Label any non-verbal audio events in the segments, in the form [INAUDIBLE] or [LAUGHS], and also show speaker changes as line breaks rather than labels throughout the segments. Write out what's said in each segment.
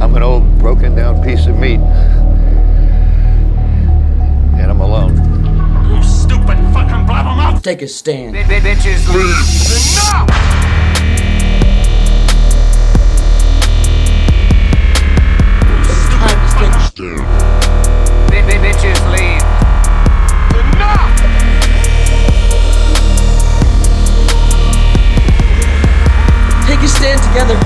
I'm an old broken down piece of meat. And I'm alone.
You stupid fucking blabbermouth!
Take a stand.
Bitches leave! Enough! You stupid fucking
Bitches leave.
enough!
Take a stand together.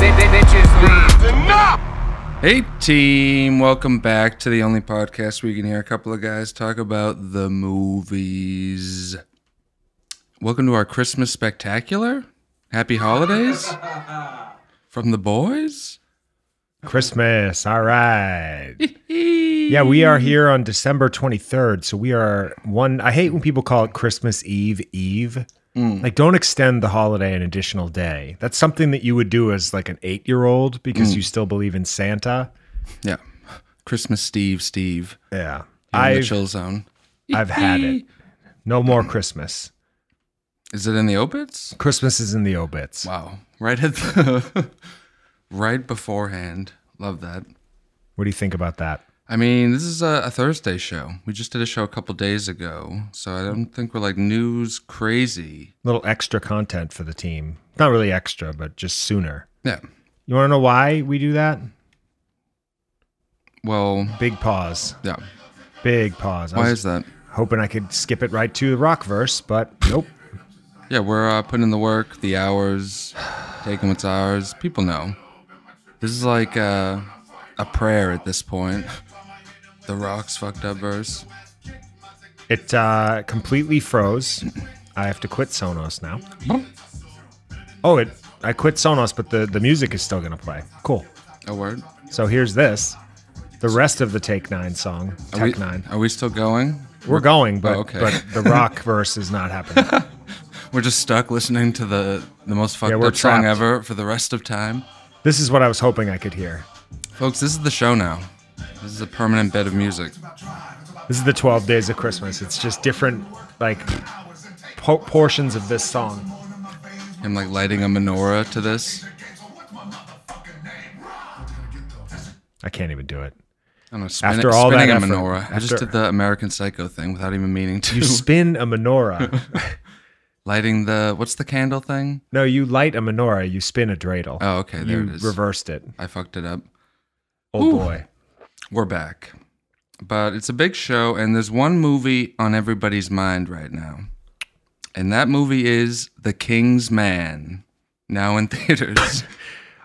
Bitches leave.
Enough!
Hey, team. Welcome back to the only podcast where you can hear a couple of guys talk about the movies. Welcome to our Christmas spectacular. Happy holidays from the boys.
Christmas. All right. yeah, we are here on December 23rd. So we are one. I hate when people call it Christmas Eve, Eve.
Mm.
Like, don't extend the holiday an additional day. That's something that you would do as like an eight year old because
Mm.
you still believe in Santa.
Yeah. Christmas Steve, Steve.
Yeah.
You're in the Mm.
I've,
chill zone.
I've had it. No more Christmas.
Is it in the obits?
Christmas is in the obits.
Wow. Right at the [LAUGHS] right beforehand. Love that.
What do you think about that?
I mean, this is a, a Thursday show. We just did a show a couple days ago, so I don't think we're like news crazy.
Little extra content for the team. Not really extra, but just sooner.
Yeah.
You want to know why we do that?
Well,
Big pause.
yeah.
Big pause. I
Why
was-
is that?
hoping I could skip it right to the rock verse, but nope.
Yeah, we're uh, putting in the work, the hours, taking what's ours. People know. This is like uh, a prayer at this point. The Rock's fucked up verse.
It uh, completely froze. I have to quit Sonos now. Oh, it. I quit Sonos, but the, the music is still gonna play. Cool.
A word.
So here's this, the rest of the Take Nine song,
Are we,
Tech Nine.
are we still going?
We're going, but
Oh, okay.
but
[LAUGHS]
the rock verse is not happening.
We're just stuck listening to the the most fucked
we're
up song
trapped.
ever for the rest of time.
this is what I was hoping I could hear.
Folks, this is the show now. This is a permanent bed of music.
This is the 12 Days of Christmas. It's just different like po- portions of this song.
Him like lighting a menorah to this.
I can't even do it.
I don't know, spin,
After all that
spinning
effort,
a menorah. I just
after-
did the American Psycho thing without even meaning to. [LAUGHS]
You spin a menorah.
lighting the what's the candle thing?
No, you light a menorah, you spin a dreidel.
Oh, okay, there
you
it is.
reversed it.
I fucked it up.
Oh boy.
We're back, but it's a big show, and there's one movie on everybody's mind right now, and that movie is The King's Man, now in [LAUGHS] theaters.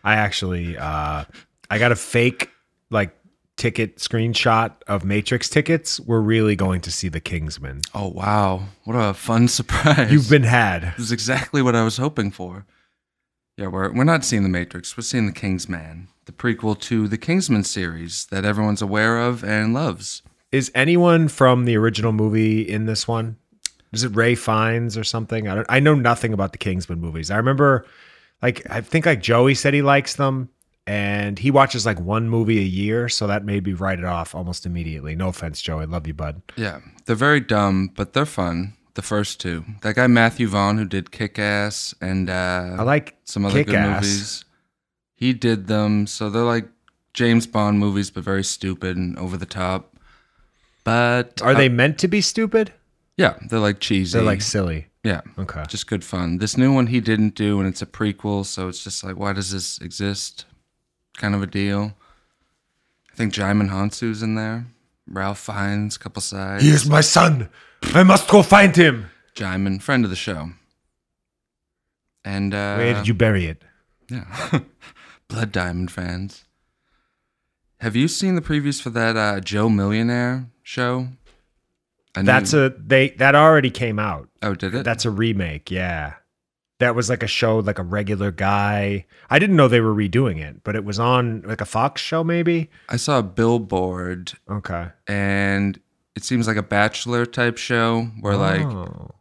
I actually uh I got a fake like ticket screenshot of Matrix tickets. We're really going to see the Kingsman.
oh wow, what a fun surprise!
You've been had.
This is exactly what I was hoping for. Yeah, we're we're not seeing The Matrix. We're seeing The Kingsman, the prequel to the Kingsman series that everyone's aware of and loves.
Is anyone from the original movie in this one? Is it Ray Fiennes or something? I don't I know nothing about the Kingsman movies. I remember like I think like Joey said he likes them and he watches like one movie a year, so that made me write it off almost immediately. No offense, Joey. Love you, bud.
Yeah, they're very dumb, but they're fun. The first two. That guy Matthew Vaughn who did Kick Ass and uh,
I like
some other good
Kick-Ass.
movies. He did them, so they're like James Bond movies, but very stupid and over the top. But
Are they meant to be stupid?
Yeah, they're like cheesy.
They're like silly.
yeah.
Okay.
just good fun. This new one he didn't do, and it's a prequel, so it's just like, why does this exist? Kind of a deal. I think Jaimin Hansu's in there. Ralph Fiennes, couple sides.
He is my son. I must go find him.
Jaimin, friend of the show. And uh,
Where did you bury it?
Yeah, [LAUGHS] Blood Diamond fans. Have you seen the previews for that uh, Joe Millionaire show? I know
That's
you-
a they that already came out.
oh, did it?
That's a remake, yeah. That was like a show like a regular guy. I didn't know they were redoing it, but it was on like a Fox show maybe.
I saw a billboard
Okay.
and it seems like a bachelor type show where like
Oh.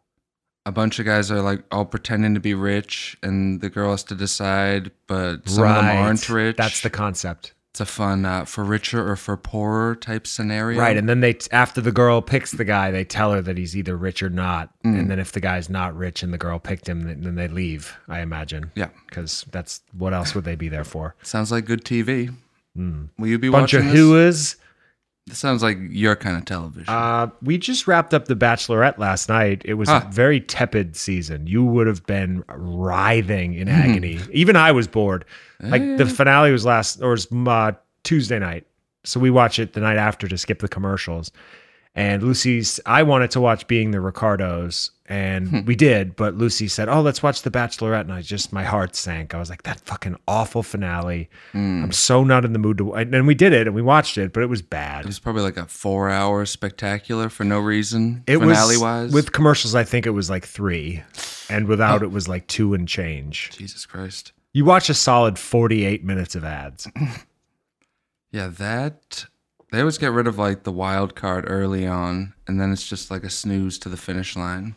a bunch of guys are like all pretending to be rich and the girl has to decide but some of them
Right.
aren't rich
That's the concept.
It's a fun uh, for richer or for poorer type scenario.
Right, and then they after the girl picks the guy, they tell her that he's either rich or not.
Hmm.
And then if the guy's not rich and the girl picked him, then then they leave. I imagine.
Yeah.
because that's what else would they be there for?
sounds like good TV. Will you be
Hmm. Bunch
watching
of
this?
whoas.
This sounds like your kind of television.
Uh, we just wrapped up the Bachelorette last night. It was
Huh.
a very tepid season. You would have been writhing
Hmm.
in agony. Even I was bored. Like the
Eh.
finale was last or was uh, Tuesday night, so we watched it the night after to skip the commercials. And Lucy's, I wanted to watch Being the Ricardos,
Hmm.
and we did. But Lucy said, "Oh, let's watch The Bachelorette," and I just my heart sank. I was like, "That fucking awful finale."
Hmm.
I'm so not in the mood to. And we did it, and we watched it, but it was bad.
it was probably like a four-hour spectacular for no reason.
It
finale
was
wise.
with commercials. I think it was like three, and without it was like two and change.
Jesus Christ.
You watch a solid forty-eight minutes of ads.
Yeah, that they always get rid of like the wild card early on, and then it's just like a snooze to the finish line.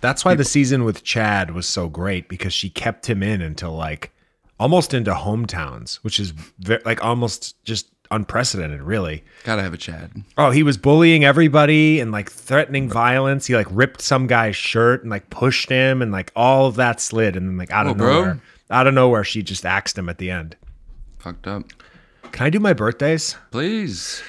That's why the season with Chad was so great because she kept him in until like almost into hometowns, which is ve- like almost just unprecedented, really.
Gotta have a Chad.
Oh, he was bullying everybody and like threatening violence. He like ripped some guy's shirt and like pushed him and like all of that slid. And then like out of
Whoa, bro.
nowhere, out of nowhere, she just axed him at the end.
Fucked up.
Can I do my birthdays?
Please.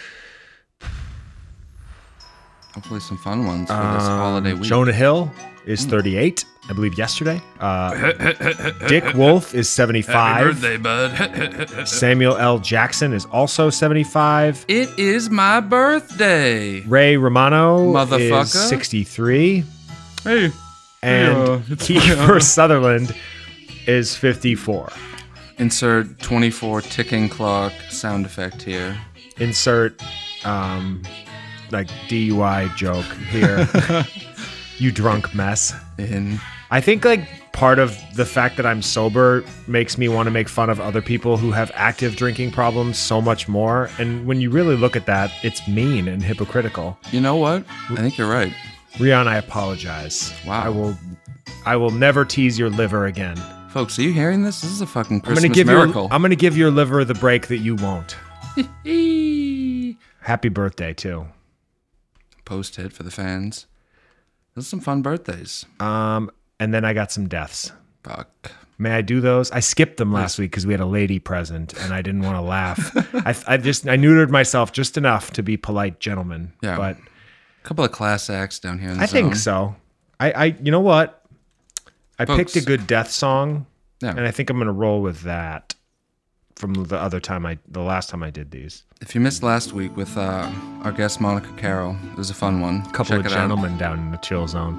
Hopefully, some fun ones for this
Um,
holiday week.
Jonah Hill is
Hmm.
38, I believe, yesterday.
[LAUGHS]
Uh, Dick Wolf is 75.
bud. [LAUGHS]
Samuel L. Jackson is also 75.
it is my birthday.
Ray Romano
Motherfucker.
is 63.
Hey.
And
Yeah, it's-
Kiefer Sutherland is 54.
Insert 24 ticking clock sound effect here.
Insert um, like DUI joke
[LAUGHS]
here. you drunk mess.
In
I think like part of the fact that I'm sober makes me want to make fun of other people who have active drinking problems so much more. And when you really look at that, it's mean and hypocritical.
you know what? I think you're right.
Rion, I apologize.
Wow.
I will I will never tease your liver again.
Folks, are you hearing this? This is a fucking
I'm
Christmas
gonna give
miracle.
your I'm gonna give your liver the break that
[LAUGHS]
you won't.
Eee.
Happy birthday too.
post hit for the fans. Those are some fun birthdays.
Um and then I got some deaths.
Fuck.
May I do those? I skipped them last week because we had a lady present and I didn't want to laugh. I, I just I neutered myself just enough to be polite gentlemen.
Yeah.
But
A couple of class acts down here in the
I think
zone.
so. I, I you know what? I
Folks.
picked a good death song
Yeah.
and I think I'm gonna roll with that from the other time I the last time I did these.
If you missed last week with uh, our guest Monica Carroll, it was a fun one.
A couple
Check
of
it out.
gentlemen down in the chill zone.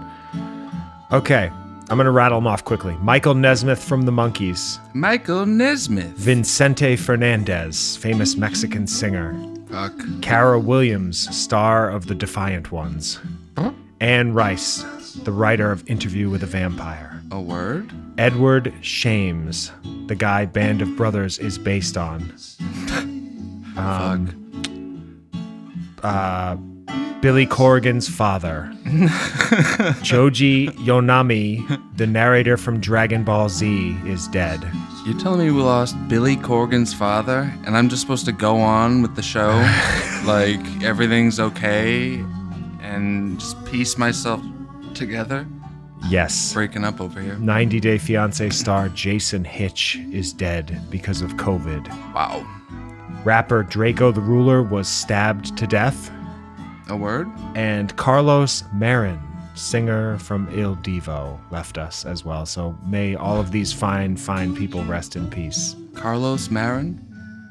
Okay. I'm gonna rattle them off quickly. Michael Nesmith from the Monkees,
Michael Nesmith.
Vincente Fernandez, famous Mexican singer.
Fuck.
Kara Williams, star of The Defiant Ones. Anne Rice, the writer of Interview with a Vampire.
A word.
Edward Shames, the guy Band of Brothers is based on. Um,
Fuck.
uh, Billy Corrigan's father. Joji Yonami, the narrator from Dragon Ball Z, is dead.
You're telling me we lost Billy Corgan's father, and I'm just supposed to go on with the
[LAUGHS]
show, like everything's okay, and just piece myself together.
Yes.
Breaking up over here.
90 Day Fiancé star Jason Hitch is dead because of COVID.
Wow.
Rapper Draco the Ruler was stabbed to death.
A word.
and Carlos Marin, singer from Il Divo, left us as well. So may all of these fine, fine people rest in peace.
Carlos Marin?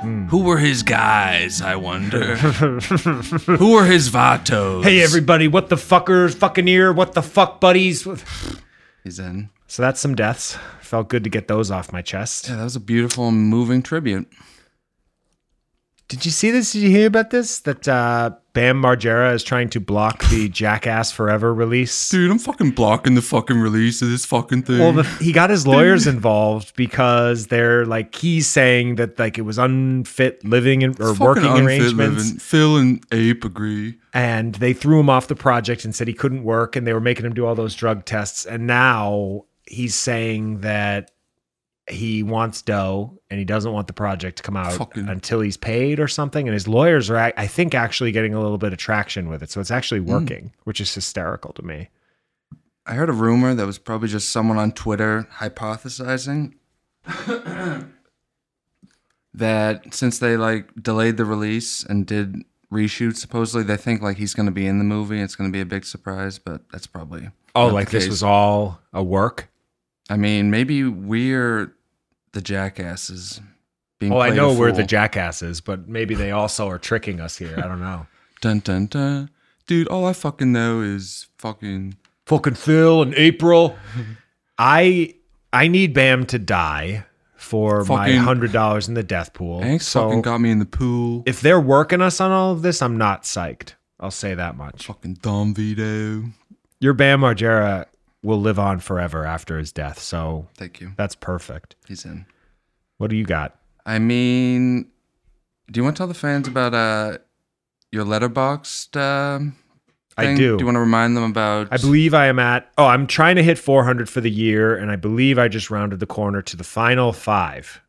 Hmm.
Who were his guys, I wonder? [LAUGHS] Who were his vatos?
Hey everybody, what the fuckers, fucking ear, what the fuck buddies. So
He's in.
that's some deaths. Felt good to get those off my chest.
Yeah, that was a beautiful and moving tribute.
Did you see this? Did you hear about this? That uh, Bam Margera is trying to block the Jackass Forever release.
Dude, I'm fucking blocking the fucking release of this fucking thing.
Well, the, he got his lawyers involved because they're like he's saying that like it was unfit living and, or
Fucking
working
unfit
arrangements.
living. Phil and Ape agree.
and they threw him off the project and said he couldn't work and they were making him do all those drug tests and now he's saying that he wants dough and he doesn't want the project to come out
Fucking-
until he's paid or something. And his lawyers are, ac- I think, actually getting a little bit of traction with it. So it's actually
Hmm.
working, which is hysterical to me.
I heard a rumor that was probably just someone on Twitter hypothesizing [COUGHS] that since they like delayed the release and did reshoots, supposedly they think like he's going to be in the movie. and It's going to be a big surprise, but that's probably
Oh,
not
like
the
this
case.
was all a work?
I mean, maybe we're the jackasses. Being
Well, Oh, I
played a
know we're the
fool.
jackasses, but maybe they also are tricking us here. I don't know. [LAUGHS]
Dun dun dun. Dude, all I fucking know is fucking.
fucking Phil and April. I I need Bam to die for my
Fucking-
hundred dollars in the death pool.
Hanks fucking got me in the pool.
if they're working us on all of this, I'm not psyched. I'll say that much.
fucking dumb veto.
Your Bam Margera will live on forever after his death, so
Thank you.
that's perfect.
He's in.
What do you got?
I mean, do you want to tell the fans about uh your letterboxed? um
I
thing?
do.
Do you want to remind them about?
I believe I am at oh, I'm trying to hit 400 for the year, and I believe I just rounded the corner to the final five.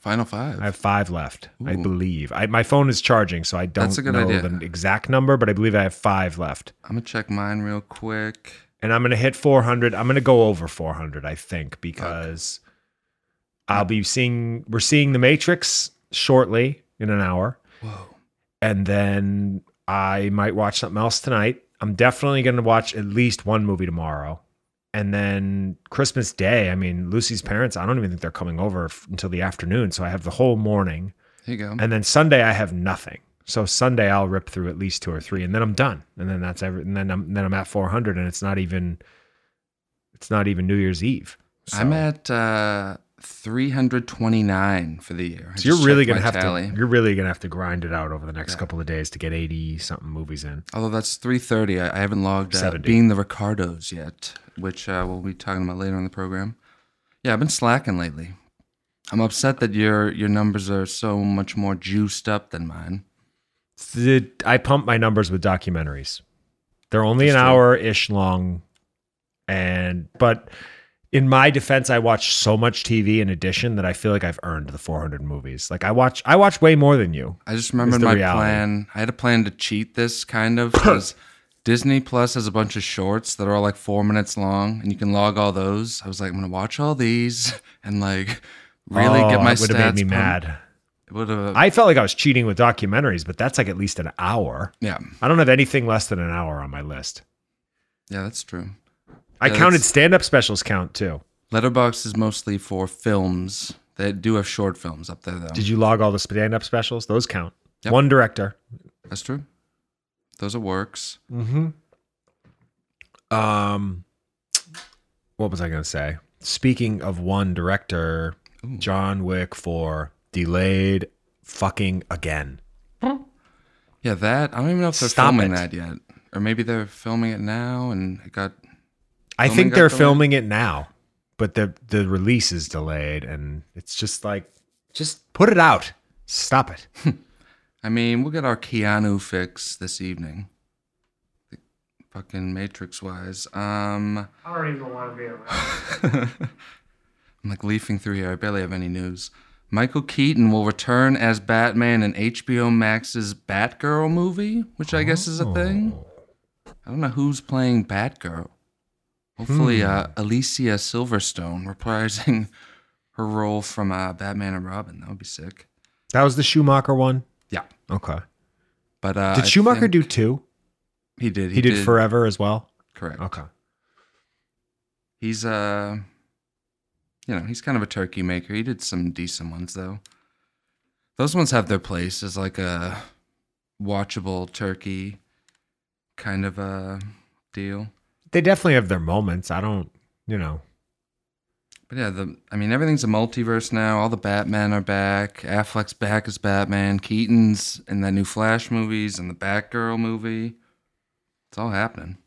Final Five.
I have five left, I
Ooh.
believe. I, my phone is charging, so I don't
That's a good
know
idea.
the exact number, but I believe I have five left.
I'm gonna check mine real quick.
And I'm going to hit 400. I'm going to go over 400, I think, because I'll be seeing, we're seeing The Matrix shortly in an hour.
Whoa.
And then I might watch something else tonight. I'm definitely going to watch at least one movie tomorrow. And then Christmas Day, I mean, Lucy's parents, I don't even think they're coming over f- until the afternoon. So I have the whole morning.
There you go.
And then Sunday I have nothing. So Sunday I'll rip through at least two or three, and then I'm done. And then that's every. And then I'm then I'm at 400, and it's not even. It's not even New Year's Eve. So,
I'm at uh 329 for the year. I
So you're
just
really
checked
gonna
my
have
tally.
to. You're really gonna have to grind it out over the next couple of days to get 80 something movies in.
Although that's 330, I, I haven't logged uh,
70.
being the Ricardos yet, which uh, we'll be talking about later in the program. Yeah, I've been slacking lately. I'm upset that your your numbers are so much more juiced up than mine.
The, I pump my numbers with documentaries. They're only
That's
an
true.
hour ish long, and but in my defense, I watch so much TV in addition that I feel like I've earned the 400 movies. Like I watch, I watch way more than you.
I just remembered
the
my
reality.
plan. I had a plan to cheat this kind
[COUGHS]
of because Disney Plus has a bunch of shorts that are all like four minutes long, and you can log all those. I was like, I'm gonna watch all these [LAUGHS] and like really
Oh,
get my
it
stats.
would've made me
pumped.
mad.
It would have.
I felt like I was cheating with documentaries, but that's like at least an hour.
yeah,
I don't have anything less than an hour on my list.
yeah, that's true.
I
Yeah,
counted
that's-
stand-up specials count too.
Letterbox is mostly for films. They do have short films up there, though.
Did you log all the stand-up specials? Those count.
Yep.
One director.
That's true. Those are works.
Mm-hmm. Um, what was I going to say? Speaking of one director, John Wick for delayed fucking again.
Yeah, that I don't even know if they're
Stop
filming
it.
that yet, or maybe they're filming it now and it got.
I
Filming
think
got
they're
delayed?
filming it now, but the the release is delayed, and it's just like, just put it out. Stop it.
I mean, we'll get our Keanu fix this evening. The fucking Matrix wise. Um,
I don't even want to be around.
[LAUGHS] I'm like leafing through here. I barely have any news. Michael Keaton will return as Batman in HBO Max's Batgirl movie, which I guess is a thing.
Oh.
I don't know who's playing Batgirl. Hopefully,
Hmm.
uh, Alicia Silverstone reprising her role from uh, Batman and Robin. That would be sick.
That was the Schumacher one.
Yeah,
Okay.
but uh,
Did
I
Schumacher
think
do two?
He did.
He, did, forever as well.
Correct.
Okay.
He's uh you know, he's kind of a turkey maker. He did some decent ones though. Those ones have their place as like a watchable turkey kind of a deal.
They definitely have their moments. I don't, you know.
But yeah, the I mean everything's a multiverse now. All the Batman are back. Affleck's back as Batman. Keaton's in the new Flash movies and the Batgirl movie. It's all happening.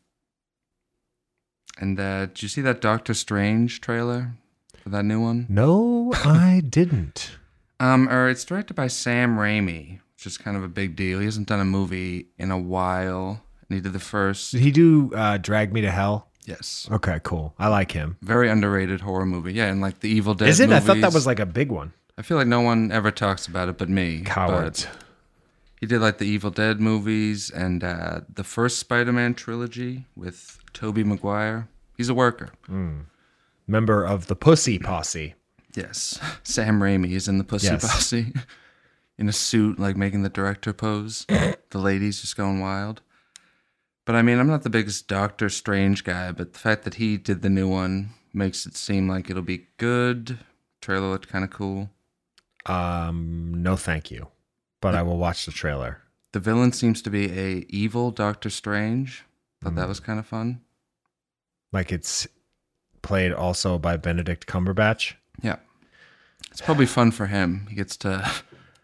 And uh, did you see that Doctor Strange trailer for that new one? [LAUGHS]
No, I didn't.
Um, or it's directed by Sam Raimi, which is kind of a big deal. He hasn't done a movie in a while, and he did the first.
Did he do uh, Drag Me to Hell?
Yes.
Okay, cool. I like him.
Very underrated horror movie. Yeah, and like the Evil Dead.
Is it? I thought that
movies.
was like a big one.
I feel like no one ever talks about it but me. but
Cowards.
He did like the Evil Dead movies and uh, the first Spider-Man trilogy with Tobey Maguire. He's a worker.
Member of the Pussy Posse.
Yes. [LAUGHS] Sam Raimi is in the Pussy
Yes.
Posse [LAUGHS] in a suit, like making the director pose. the ladies just going wild. But I mean, I'm not the biggest Doctor Strange guy, but the fact that he did the new one makes it seem like it'll be good. Trailer looked kind of cool.
Um, no, thank you. But I will watch the trailer.
The villain seems to be a evil Doctor Strange. Thought that was kind of fun.
Like it's played also by Benedict Cumberbatch.
Yeah. It's probably fun for him. He gets to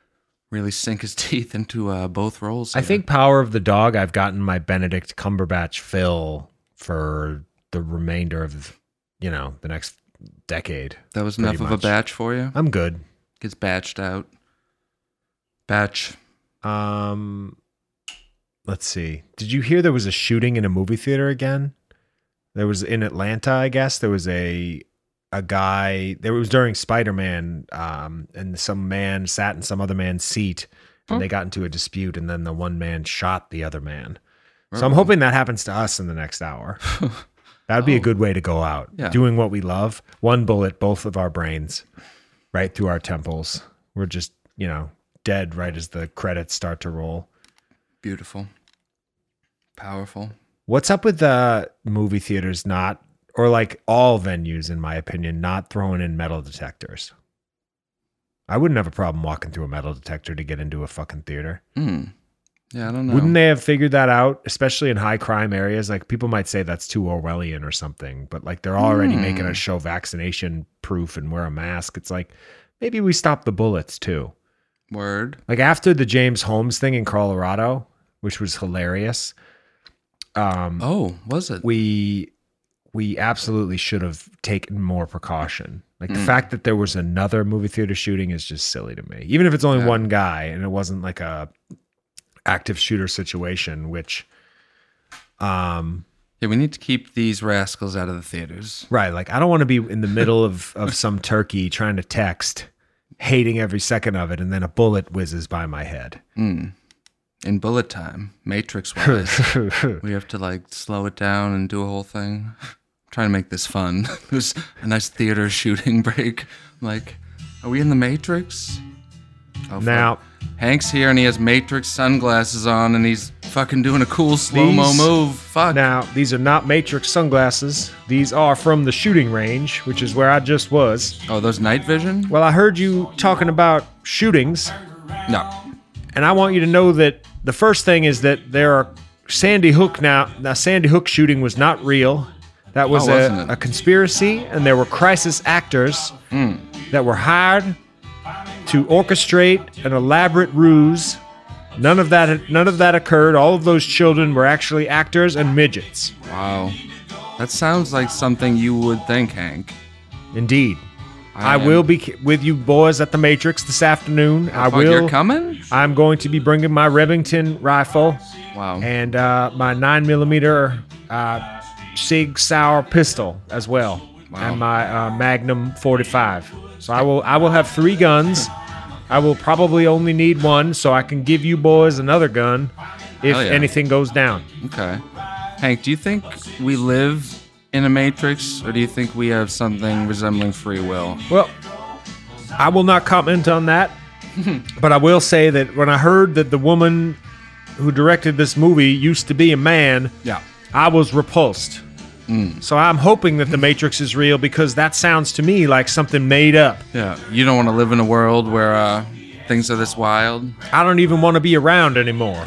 [LAUGHS] really sink his [LAUGHS] teeth into uh, both roles.
I
here.
think Power of the Dog. I've gotten my Benedict Cumberbatch fill for the remainder of you know the next decade.
that was
pretty
enough of a
much.
batch for you.
I'm good.
Gets batched out. Batch.
Um, let's see. Did you hear there was a shooting in a movie theater again? There was in Atlanta, I guess. There was a a guy. There was during Spider Man, um, and some man sat in some other man's seat, and
Hmm.
they got into a dispute, and then the one man shot the other man. So I'm
Oh.
hoping that happens to us in the next
[LAUGHS]
hour. That would be a good way to go out.
Yeah.
Doing what we love. One bullet, both of our brains, right through our temples. We're just, you know, dead right as the credits start to roll.
Beautiful. Powerful.
What's up with the movie theaters not, or like all venues, in my opinion, not throwing in metal detectors? I wouldn't have a problem walking through a metal detector to get into a fucking theater.
Hmm. Yeah, I don't know.
Wouldn't they have figured that out, especially in high crime areas? Like people might say that's too Orwellian or something, but like they're already making us show vaccination proof and wear a mask. It's like maybe we stop the bullets too.
Word.
Like after the James Holmes thing in Colorado, which was hilarious. Um,
Oh, was it?
we we absolutely should have taken more precaution. Like the fact that there was another movie theater shooting is just silly to me. Even if it's only one guy and it wasn't like a active shooter situation, which um
yeah, we need to keep these rascals out of the theaters.
right, like I don't want to be in the middle of of some turkey trying to text, hating every second of it and then a bullet whizzes by my head.
In bullet time, Matrix wise,
[LAUGHS]
we have to like slow it down and do a whole thing. trying to make this fun. [LAUGHS] There's a nice theater shooting break. like, are we in the Matrix? Oh, fuck.
now
Hank's here and he has Matrix sunglasses on and he's fucking doing a cool slow mo
These-
move. Fuck.
Now, these are not Matrix sunglasses. These are from the shooting range, which is where I just was.
Oh, those night vision?
Well, I heard you talking about shootings,
No.
and I want you to know that the first thing is that there are Sandy Hook now. Now, Sandy Hook shooting was not real. That was
Oh, wasn't
a,
it?
a conspiracy, and there were crisis actors
Hmm.
that were hired to orchestrate an elaborate ruse. None of that. None of that occurred. All of those children were actually actors and midgets.
Wow. That sounds like something you would think, Hank.
Indeed. I,
am-
will be ki- with you boys at the Matrix this afternoon. I
Fuck, Oh, You're
will.
coming?
I'm going to be bringing my Remington rifle
Wow.
and uh, my nine millimeter uh, Sig Sauer pistol as well,
Wow.
and my uh, Magnum 45. So I will I will have three guns. I will probably only need one, so I can give you boys another gun if
Hell yeah.
anything goes down.
Okay. Hank, do you think we live in a matrix or do you think we have something resembling free will?
Well, I will not comment
[LAUGHS]
on that, but I will say that when I heard that the woman who directed this movie used to be a man,
Yeah.
I was repulsed.
Mm.
So I'm hoping that the Matrix is real because that sounds to me like something made up.
Yeah. You don't want to live in a world where uh, things are this wild?
I don't even want to be
[LAUGHS]
around anymore.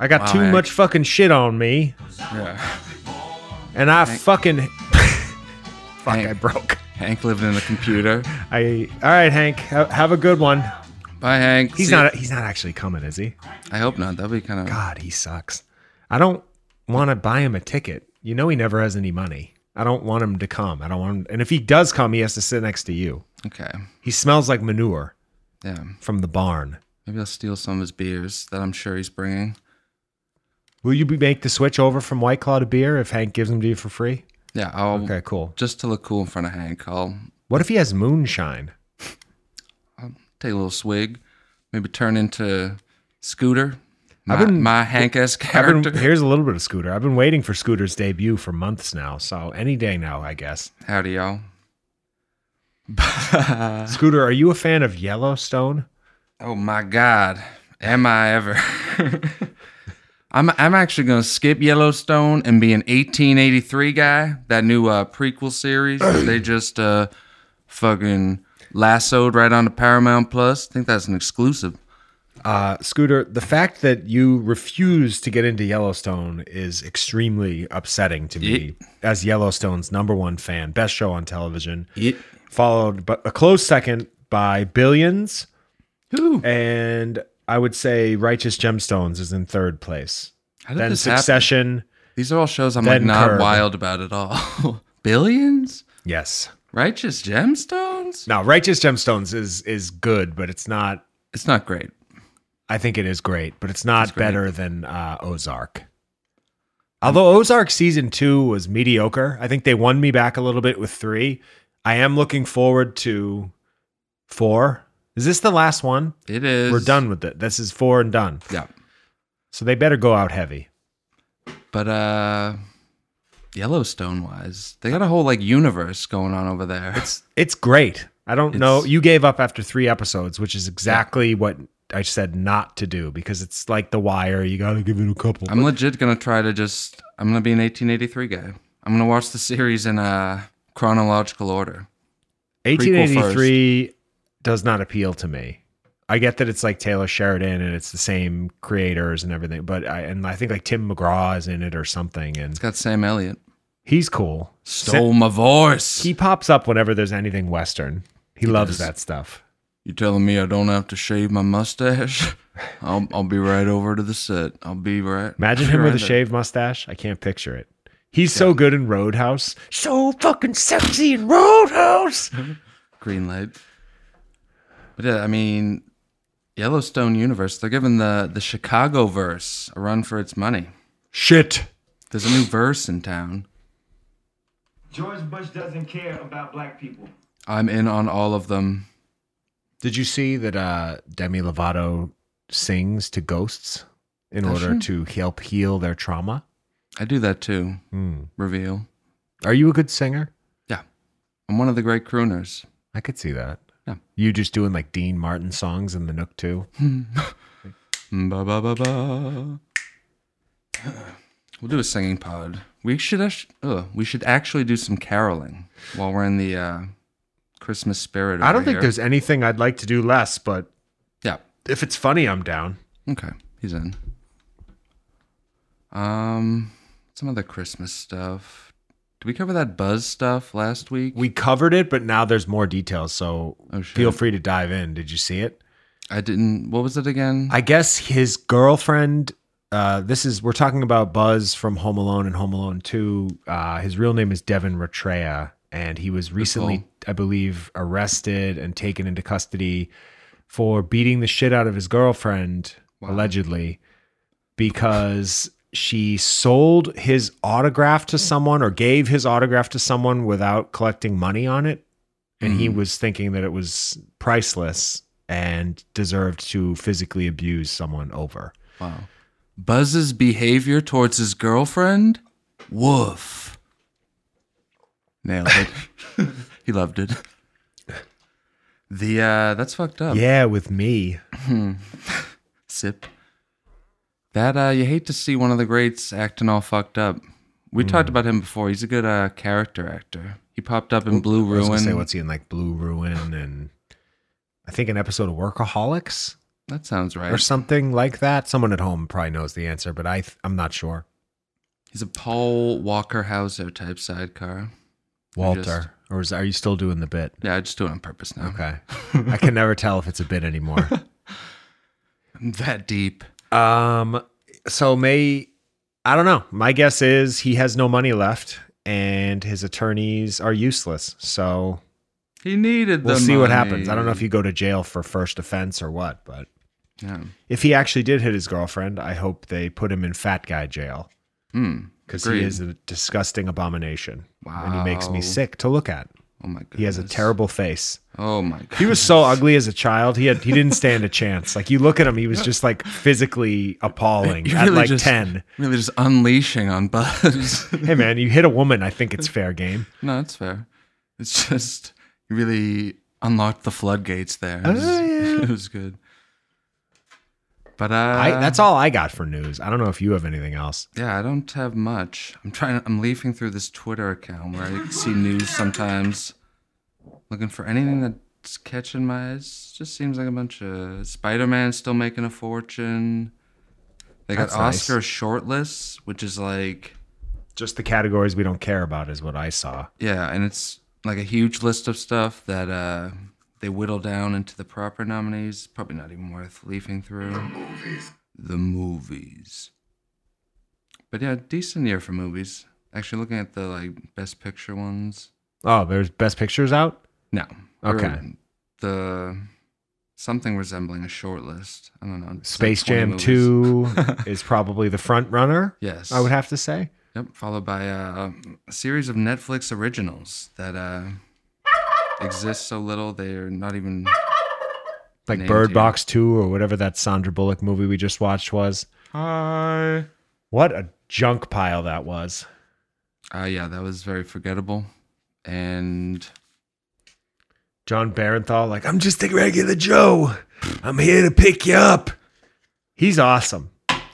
I got
Wow,
too
Hank.
much fucking shit on me,
Yeah.
and I fucking [LAUGHS] fuck.
Hank.
I broke.
Hank living in a computer.
I all right, Hank. Ha- have a good one.
Bye, Hank.
He's
See-
not. He's not actually coming, is he?
I hope not. That'd be kind of.
God, he sucks. I don't want to buy him a ticket. You know, he never has any money. I don't want him to come. I don't want him. And if he does come, he has to sit next to you.
Okay.
He smells like manure
Yeah.
from the barn.
Maybe I'll steal some of his beers that I'm sure he's bringing.
Will you be make the switch over from White Claw to beer if Hank gives them to you for free?
Yeah, I'll
Okay, cool.
just to look cool in front of Hank. I'll
What if he has moonshine?
take a little swig, maybe turn into Scooter, my,
been-
my Hank ass
I've been-
character.
here's a little bit of Scooter. I've been waiting for Scooter's debut for months now, so any day now, I guess.
Howdy, y'all.
Scooter, are you a fan of Yellowstone?
Oh my God, am I ever? [LAUGHS] I'm I'm actually gonna skip Yellowstone and be an 1883 guy. That new uh, prequel series they just uh, fucking lassoed right onto Paramount Plus. I think that's an exclusive.
Uh, Scooter, the fact that you refuse to get into Yellowstone is extremely upsetting to me as Yellowstone's number one fan, best show on television, followed but a close second by Billions,
Who?
and I would say Righteous Gemstones is in third place.
How did
Then
this happen?
Succession,
These are all shows I'm like
Then
not
Curb.
wild about at all. [LAUGHS] Billions,
yes.
righteous gemstones.
Now, Righteous Gemstones is is good, but it's not.
It's not great.
I think it is great, but it's not better than uh, Ozark. Although Ozark season two was mediocre, I think they won me back a little bit with three. I am looking forward to four. Is this the last one?
It is.
We're done with it. This is four and done.
Yeah.
So they better go out heavy.
But uh Yellowstone wise, they got a whole like universe going on over there. It's
It's great. I don't know.
It's-
You gave up after three episodes, which is exactly what I said not to do because it's like The Wire. You got to give it a couple.
[LAUGHS] I'm legit gonna try to just I'm gonna be an 1883 guy. I'm gonna watch the series in uh chronological order.
1883 does not appeal to me. I get that it's like Taylor Sheridan and it's the same creators and everything, but I and I think like Tim McGraw is in it or something, and
It's got Sam Elliott.
he's cool.
Stole my voice.
He pops up whenever there's anything Western. He,
does.
loves that stuff.
You telling me I don't have to shave my
[LAUGHS]
mustache? I'll I'll be right over to the set. I'll be right.
Imagine
I'll be
him with
right
a
there.
shaved mustache. I can't picture it. He's so good in Roadhouse. So fucking sexy in Roadhouse.
green light. But yeah, I mean, Yellowstone universe, they're giving the the Chicago verse a run for its money.
Shit.
There's a new verse in town.
George Bush doesn't care about black people.
I'm in on all of them.
Did you see that uh, Demi Lovato sings to ghosts in
Does
order
she?
to help heal their trauma? Hmm.
I do that too. Reveal.
Are you a good singer?
Yeah. I'm one of the great crooners.
I could see that.
Yeah.
You just doing like Dean Martin songs in the Nook too.
Ba ba ba ba. [SIGHS] We'll do a singing pod. We should act- uh, we should actually do some caroling while we're in the uh, Christmas spirit.
I don't
over
think
here.
there's anything I'd like to do less, but
yeah.
if it's funny, I'm down.
Okay, he's in. Um, some other Christmas stuff. Did we cover that Buzz stuff last week?
We covered it, but now there's more details, so
Oh, shit.
feel free to dive in. Did you see it?
I didn't. What was it again?
I guess his girlfriend. Uh, this is we're talking about Buzz from Home Alone and Home Alone Two. Uh, his real name is Devin Ratrea, and he was recently, I believe, arrested and taken into custody for beating the shit out of his girlfriend, allegedly, because she sold his autograph to someone or gave his autograph to someone without collecting money on it and he was thinking that it was priceless and deserved to physically abuse someone over.
Buzz's behavior towards his girlfriend. Woof. Nailed it. he loved it. The uh, that's fucked up.
Yeah, with me.
Sip. That uh, you hate to see one of the greats acting all fucked up. We
Hmm.
talked about him before. He's a good uh, character actor. He popped up in Blue
I was gonna
Ruin.
say what's he in like Blue Ruin and I think an episode of Workaholics
that sounds right.
or something like that. Someone at home probably knows the answer, but I th- I'm not sure.
He's a Paul Walker Hauser type sidecar.
Walter,
just-
or is, are you still doing the bit?
Yeah, I just do it on purpose now.
Okay, I can never tell if it's a
[LAUGHS]
bit anymore.
I'm [LAUGHS] that deep.
Um, so may I don't know. My guess is he has no money left, and his attorneys are useless. So
He needed the
we'll see what
money.
happens. I don't know if you go to jail for first offense or what, but
Yeah.
If he actually did hit his girlfriend, I hope they put him in fat guy jail because he
Hmm, agreed.
is a disgusting abomination. And he makes
Wow.
me sick to look at.
Oh my god.
He has a terrible face.
Oh my god.
He was
[LAUGHS]
so ugly as a child. He had he didn't stand a chance. Like you look at him, he was just like physically
[LAUGHS]
appalling
You're
[LAUGHS] at like
just,
ten.
Really just unleashing on Buzz. [LAUGHS]
Hey man, you hit a woman. I think it's fair game.
no, that's fair. It's [LAUGHS] just you really unlocked the floodgates there. It was,
Oh,
[LAUGHS]
yeah.
it was good. But uh,
I, that's all I got for news. I don't know if you have anything else.
Yeah, I don't have much. I'm trying. I'm leafing through this Twitter account where I see news sometimes, looking for anything that's catching my. It just seems like a bunch of Spider-Man still making a fortune. They got
That's nice.
Oscar shortlists, which is like
Just the categories we don't care about is what I saw.
yeah, and it's like a huge list of stuff that uh, they whittle down into the proper nominees. Probably not even worth leafing through. The movies. The movies. But yeah, decent year for movies. Actually, looking at the like best picture ones.
Oh, there's best pictures out.
No.
Okay.
The something resembling a short list. I don't know. it's like
Space
20
Jam
movies. [LAUGHS]
Two is probably the front runner.
Yes.
I would have to say.
Yep, followed by uh, a series of Netflix originals that uh, exist so little they're not even.
Like
Named
Bird
here.
Box Two or whatever that Sandra Bullock movie we just watched was.
Hi.
What a junk pile that was.
Uh, yeah, that was very forgettable. And
John Barenthal, like, I'm just a regular Joe. I'm here to pick you up. He's awesome.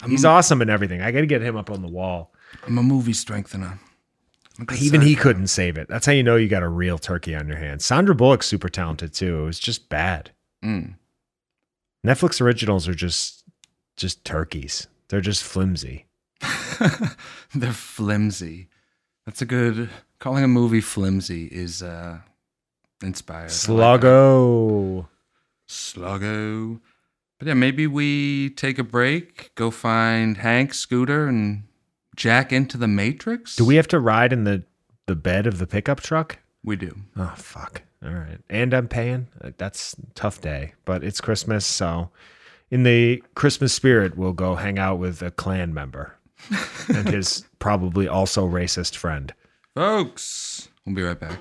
He's awesome in everything. I got to get him up on the wall.
I'm a movie strengthener. Look at
Even
Sandra.
he couldn't save it. That's how you know you got a real turkey on your hands. Sandra Bullock's super talented too. It was just bad.
Mm.
Netflix originals are just just turkeys. They're just flimsy.
[LAUGHS] They're flimsy. That's a good. Calling a movie flimsy is uh, inspired. I like that.
Sluggo.
Sluggo. But yeah, maybe we take a break, go find Hank, Scooter, and Jack into the Matrix.
Do we have to ride in the the bed of the pickup truck?
We do.
Oh fuck! All right, and I'm paying. Uh, That's a tough day, but it's Christmas, so in the Christmas spirit, we'll go hang out with a clan member
[LAUGHS]
and his probably also racist friend.
Folks, we'll be right back.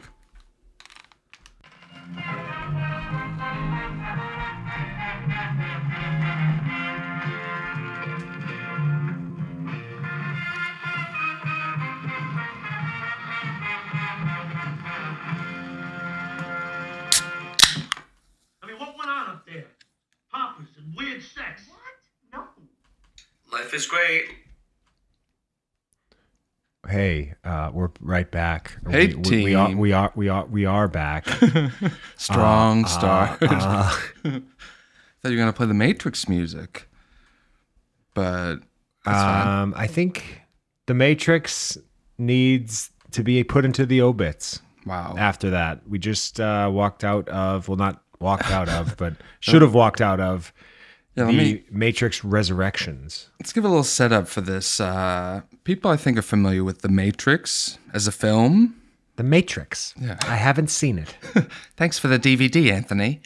I mean, what went on up there? Poppers and weird sex. What? No.
Life is great.
Hey, uh, we're right back.
Hey,
we, we, we are
team.
we are we are we
[LAUGHS]
are back.
Strong star. Ah, [LAUGHS] Thought you were gonna play the Matrix music, but
um, I think the Matrix needs to be put into the obits.
wow,
after that. We just uh, walked out of, well, not walked out
[LAUGHS]
of, but should have walked out of
Yeah,
the
let me-
Matrix Resurrections.
let's give a little setup for this. Uh, people, I think, are familiar with the Matrix as a film.
The Matrix.
Yeah.
I haven't
[LAUGHS]
seen it.
Thanks for the DVD, Anthony.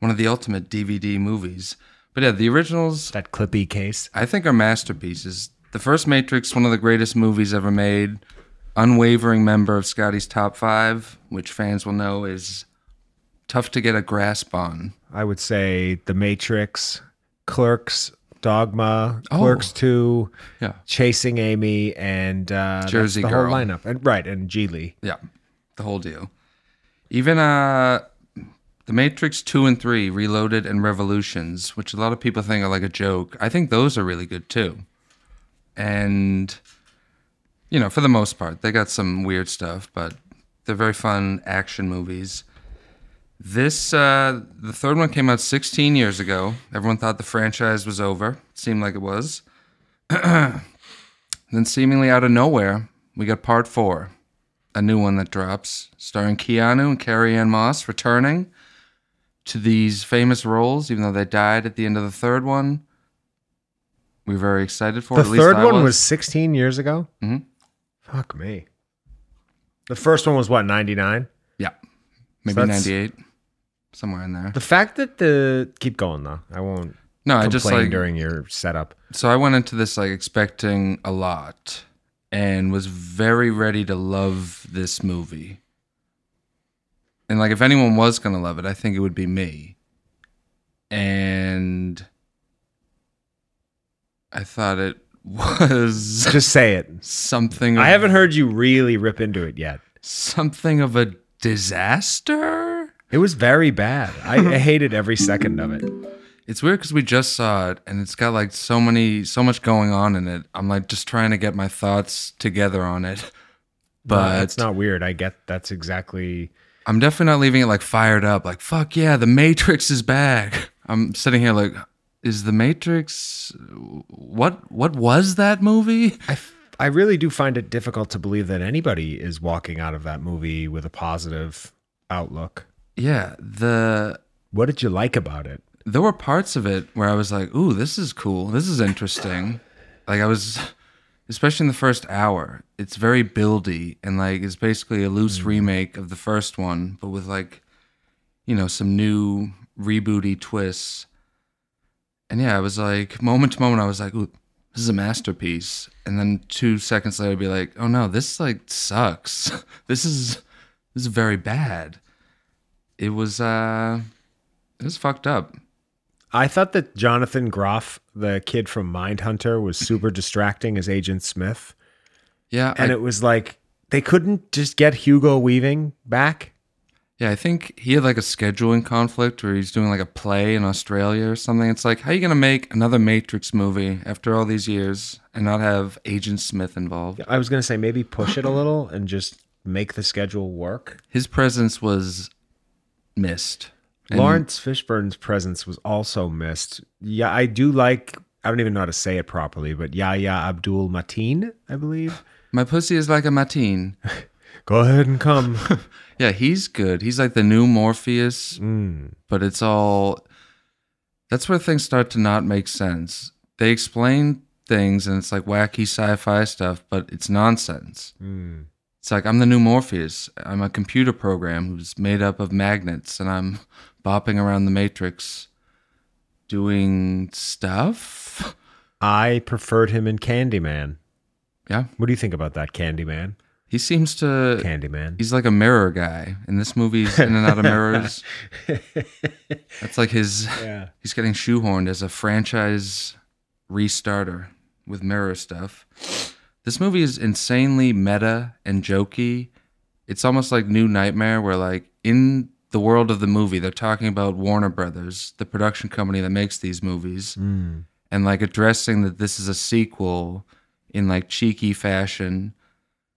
One of the ultimate DVD movies. But yeah, the originals
That Clippy case.
I think are masterpieces. The first Matrix, one of the greatest movies ever made, unwavering member of Scotty's top five, which fans will know is tough to get a grasp on.
I would say The Matrix, Clerks, Dogma,
Oh.
Clerks 2,
Yeah.
Chasing Amy, and uh, that's
Jersey
the
Girl.
whole lineup. And, right, and Geely.
Yeah, the whole deal. Even uh, the Matrix two and three, Reloaded and Revolutions, which a lot of people think are like a joke. I think those are really good too. And you know, for the most part, they got some weird stuff, but they're very fun action movies. This uh, the third one came out 16 years ago. Everyone thought the franchise was over. Seemed like it was. [CLEARS THROAT] then, seemingly out of nowhere, we got part four a new one that drops, starring Keanu and Carrie Ann Moss returning to these famous roles, even though they died at the end of the third one. We We're very excited for
The
it. At least
third
I
one was. 16 years ago?
Mhm.
Fuck me. The first one was what, 99?
yeah, maybe
that's-
ninety eight. somewhere in there.
The fact that the keep going though, I won't
No, I
complain
just like
during your setup.
so I went into this like expecting a lot and was very ready to love this movie. And like if anyone was going to love it, I think it would be me. And I thought it [LAUGHS] was
Just say it.
[LAUGHS] something
I
of-
haven't heard you really rip into it yet.
something of a disaster.
It was very bad. I, I hated every second of it.
It's weird because we just saw it and it's got like so many, so much going on in it. I'm like just trying to get my thoughts together on it. [LAUGHS] But
it's not weird. I get that's exactly
I'm definitely not leaving it like fired up. Like, fuck yeah, the Matrix is back. [LAUGHS] I'm sitting here like, is the Matrix what what was that movie? [LAUGHS]
I, f- I really do find it difficult to believe that anybody is walking out of that movie with a positive outlook.
Yeah, the
What did you like about it?
there were parts of it where I was like, ooh, this is cool. This is interesting. Like I was especially in the first hour, it's very buildy and like it's basically a loose remake of the first one, but with like, you know, some new rebooty twists. And yeah, I was like moment to moment I was like, ooh, this is a masterpiece. And then two seconds later I'd be like, oh no, this like sucks. [LAUGHS] this is this is very bad. It was uh it was fucked up.
I thought that Jonathan Groff, the kid from Mindhunter, was super distracting as Agent Smith.
Yeah,
And
I,
it was like they couldn't just get Hugo Weaving back.
yeah. I think he had like a scheduling conflict where he's doing like a play in Australia or something. It's like, how you gonna make another Matrix movie after all these years and not have Agent Smith involved?
I was going to say maybe push it a little and just make the schedule work.
His presence was missed. And-
Lawrence Fishburne's presence was also missed. Yeah, I do like. I don't even know how to say it properly, but Yahya Abdul Mateen, I believe.
My pussy is like a mateen.
Go ahead and come.
Yeah, he's good. He's like the new Morpheus,
Mm.
but it's all. That's where things start to not make sense. They explain things and it's like wacky sci-fi stuff, but it's nonsense.
Mm.
It's like I'm the new Morpheus. I'm a computer program who's made up of magnets, and I'm bopping around the matrix, doing stuff. [LAUGHS]
I preferred him in Candyman.
Yeah,
What do you think about that, Candyman?
he seems to.
Candyman.
Uh, He's like a mirror guy, and this movie's in and out of mirrors. That's like his.
Yeah.
He's getting shoehorned as a franchise restarter with mirror stuff. This movie is insanely meta and jokey. It's almost like New Nightmare, where like in the world of the movie, they're talking about Warner Brothers, the production company that makes these movies,
Mm.
and like addressing that this is a sequel in like cheeky fashion,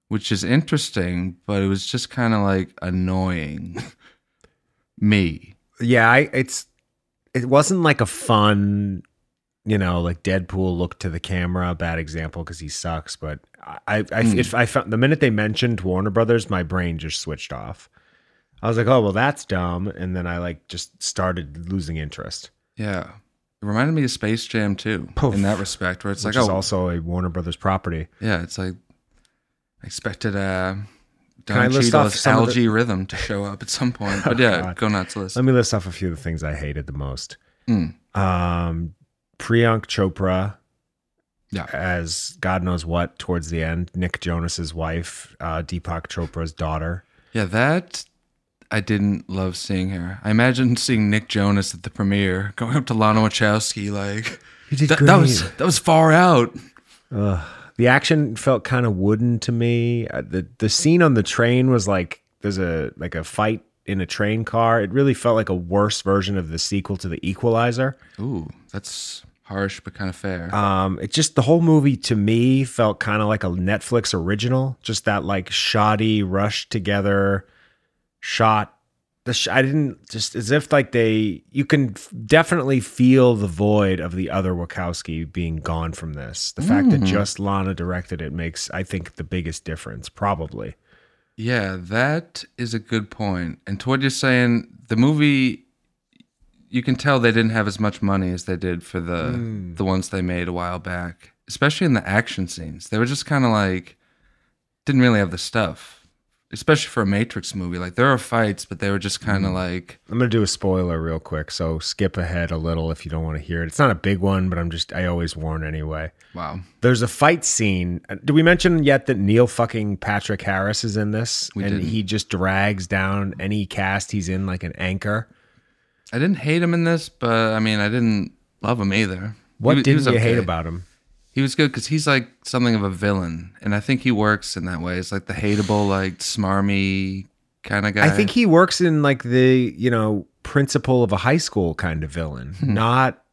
which is interesting, but it was just kind of like annoying [LAUGHS] me.
Yeah, I, it's it wasn't like a fun, you know, like Deadpool look to the camera. Bad example because he sucks, but I, I,
Mm.
if I found the minute they mentioned Warner Brothers, my brain just switched off. I was like, oh well, that's dumb, and then I like just started losing interest,
Yeah. It reminded me of Space Jam too
Poof.
in that respect, where it's
It's
like, oh,
which is also a Warner Brothers property.
yeah, it's like I expected uh,
I
Don
list off
Cheadle's
some of the-
algae rhythm to show up at some point. But
Oh,
yeah,
[LAUGHS] God.
go nuts list.
Let me list off a few of the things I hated the most.
Mm.
Um, Priyank Chopra,
Yeah.
as God knows what towards the end. Nick Jonas's wife, uh, Deepak Chopra's daughter.
Yeah, that I didn't love seeing her. I imagined seeing Nick Jonas at the premiere, going up to Lana Wachowski like
You did
that, that was that was far out.
the action felt kind of wooden to me. Uh, the The scene on the train was like there's a like a fight in a train car. It really felt like a worse version of the sequel to The Equalizer.
Ooh, that's harsh but kind of fair.
Um, it just the whole movie to me felt kind of like a Netflix original, just that like shoddy, rushed together shot. The sh- I didn't just as if like they you can f- definitely feel the void of the other Wachowski being gone from this. The fact that just Lana directed it makes I think the biggest difference probably.
Yeah, that is a good point. And to what you're saying, the movie you can tell they didn't have as much money as they did for the
Hmm.
the ones they made a while back, especially in the action scenes. They were just kind of like didn't really have the stuff especially for a Matrix movie. Like there are fights, but they were just kind
Hmm.
of like
I'm gonna do a spoiler real quick, so skip ahead a little if you don't want to hear it. It's not a big one, but I'm just I always warn anyway.
wow.
There's a fight scene. Uh, Did we mention yet that Neil fucking Patrick Harris is in this?
We
and
didn't.
he just drags down any cast he's in like an anchor.
I didn't hate him in this, but I mean I didn't love him either. He
What
wa- he
didn't
was
you hate
okay.
about him?
He was good because he's like something of a villain, and I think he works in that way. It's like the hateable, like smarmy kind of guy.
I think he works in like the, you know, principal of a high school kind of villain,
Hmm.
not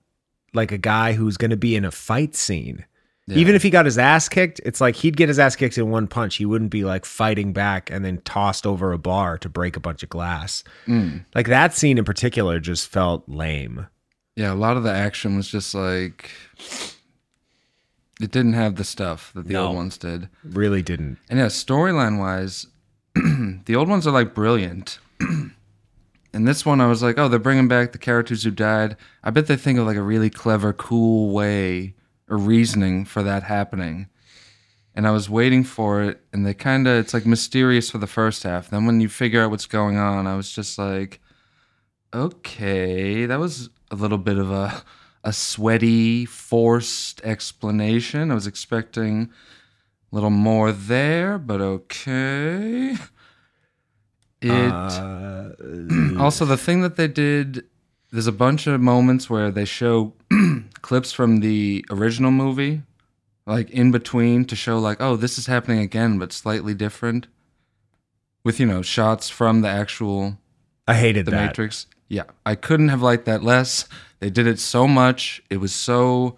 like a guy who's going to be in a fight scene. Even if he got his ass kicked, it's like he'd get his ass kicked in one punch. He wouldn't be like fighting back and then tossed over a bar to break a bunch of glass.
Hmm.
Like that scene in particular just felt lame.
yeah, a lot of the action was just like it didn't have the stuff that the old ones did.
Really didn't.
And yeah, storyline wise, [CLEARS THROAT] the old ones are like brilliant. and this one, I was like, oh, they're bringing back the characters who died. I bet they think of like a really clever, cool way or reasoning for that happening. And I was waiting for it, and they kind of, it's like mysterious for the first half. Then when you figure out what's going on, I was just like, okay, that was a little bit of a. A sweaty, forced explanation. I was expecting little more there, but okay. It
Uh,
Mm. also the thing that they did. There's a bunch of moments where they show [CLEARS THROAT] clips from the original movie, like in between, to show like, oh, this is happening again, but slightly different, with you know shots from the actual
I hated
the
that.
Matrix. Yeah, I couldn't have liked that less. They did it so much. It was so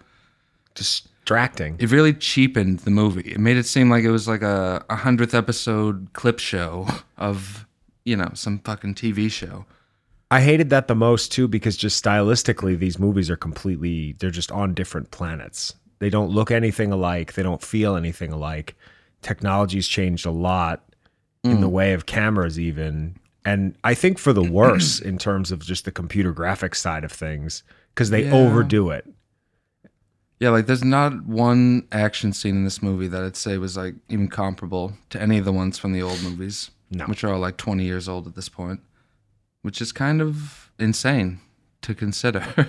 Distracting.
it really cheapened the movie. It made it seem like it was like a a hundredth episode clip show [LAUGHS] of you know some fucking TV show.
I hated that the most too because just stylistically these movies are completely they're just on different planets. They don't look anything alike, they don't feel anything alike. Technology's changed a lot in the
Mm.
way of cameras even and I think for the
[CLEARS THROAT]
worse in terms of just the computer graphics side of things cuz they
Yeah.
overdo it.
Yeah, like there's not one action scene in this movie that I'd say was like even comparable to any of the ones from the old movies,
No.
which are all like 20 years old at this point, which is kind of insane to consider.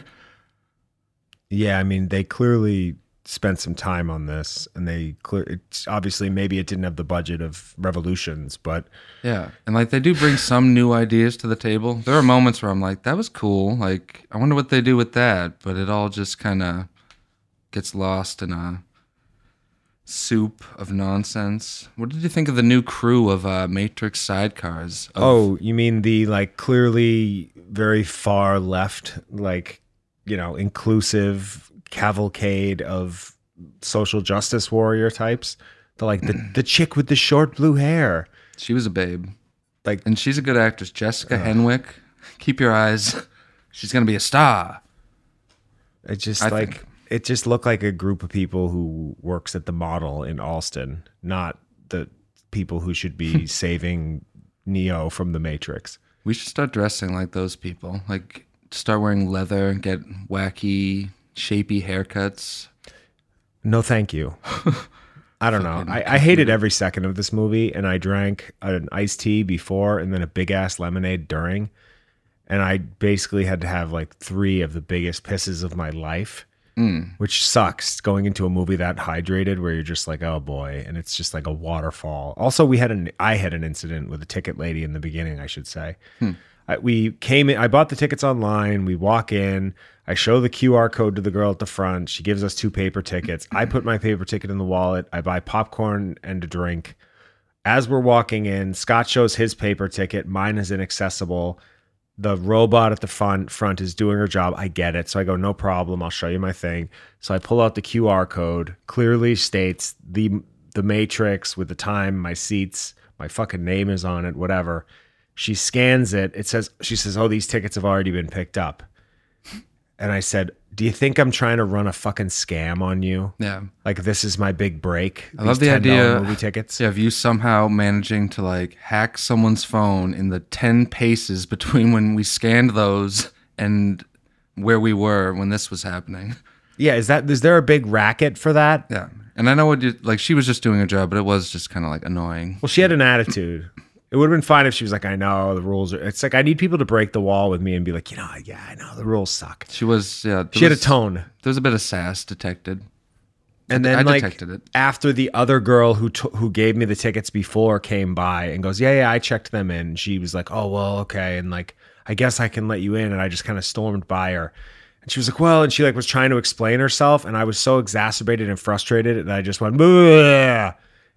[LAUGHS]
Yeah, I mean, they clearly spent some time on this, and they clear. It's obviously maybe it didn't have the budget of Revolutions, but
Yeah, and like they do bring some new ideas to the table. There are moments where I'm like, that was cool. Like, I wonder what they do with that, but it all just kind of gets lost in a soup of nonsense. What did you think of the new crew of uh, Matrix sidecars? Of,
oh, you mean the like clearly very far left, like you know, inclusive cavalcade of social justice warrior types. The like the the chick with the short blue hair.
she was a babe,
Like-
and she's a good actress, Jessica Henwick. Keep your eyes; she's gonna be a star.
It just
I
like
think.
it just looked like a group of people who works at the model in Alston, not the people who
[LAUGHS]
should be saving Neo from the Matrix.
We should start dressing like those people. Like, start wearing leather and get wacky, shapy haircuts.
No,
[LAUGHS]
thank you. I don't know. I, I hated every second of this movie, and I drank an iced tea before and then a big ass lemonade during. And I basically had to have like three of the biggest pisses of my life, which sucks going into a movie that hydrated where you're just like, oh boy. And it's just like a waterfall. Also, we had an, I had an incident with a ticket lady in the beginning, I should say. I, we came in, I bought the tickets online. We walk in, I show the QR code to the girl at the front. She gives us two paper tickets. I put my paper ticket in the wallet. I buy popcorn and a drink. As we're walking in, Scott shows his paper ticket. Mine is inaccessible. The robot at the front front is doing her job. I get it. So I go, no problem. I'll show you my thing. So I pull out the QR code. Clearly states the the matrix with the time, my seats, my fucking name is on it, whatever. She scans it. It says she says, "Oh, these tickets have already been picked up." And I said, "Do you think I'm trying to run a fucking scam on you?
Yeah.
Like this is my big break?
I love
these
the
$10
idea
Movie tickets.
Yeah, of you somehow managing to like hack someone's phone in the 10 paces between when we scanned those and where we were when this was happening.
Yeah, is that is there a big racket for that?
Yeah. And I know what you like, she was just doing her job, but it was just kind of like annoying.
Well, she had an attitude. It would have been fine if she was like, I know the rules are. It's like, I need people to break the wall with me and be like, you know, yeah, I know the rules suck.
She was yeah. there
She had a
was-
tone.
There was a bit of sass detected.
And
I-
then,
I
like,
detected it.
after the other girl who t- who gave me the tickets before came by and goes, yeah, yeah, I checked them in. She was like, oh, well, okay, and like, I guess I can let you in. And I just kind of stormed by her, and she was like, well, and she like was trying to explain herself, and I was so exacerbated and frustrated, and I just went, Bleh,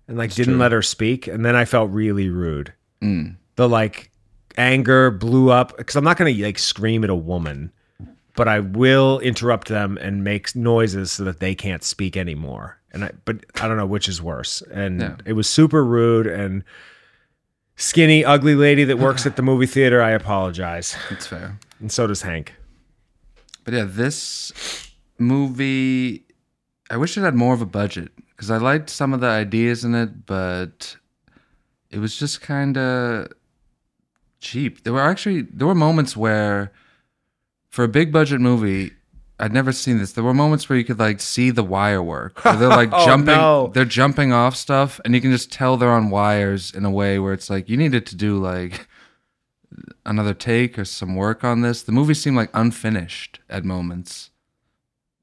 and like didn't let her speak, and then I felt really rude.
Mm.
The like anger blew up because I'm not gonna like scream at a woman. But I will interrupt them and make noises so that they can't speak anymore. And I, but I don't know which is worse. And
Yeah.
it was super rude and skinny, ugly lady that works at the movie theater. I apologize.
It's fair.
And so does Hank.
But yeah, this movie, I wish it had more of a budget because I liked some of the ideas in it, but it was just kind of cheap. There were actually there were moments where, for a big budget movie. I'd never seen this. There were moments where you could like see the wire work. Where they're like
[LAUGHS] Oh,
jumping,
no.
they're jumping off stuff, and you can just tell they're on wires in a way where it's like you needed to do like another take or some work on this. The movie seemed like unfinished at moments,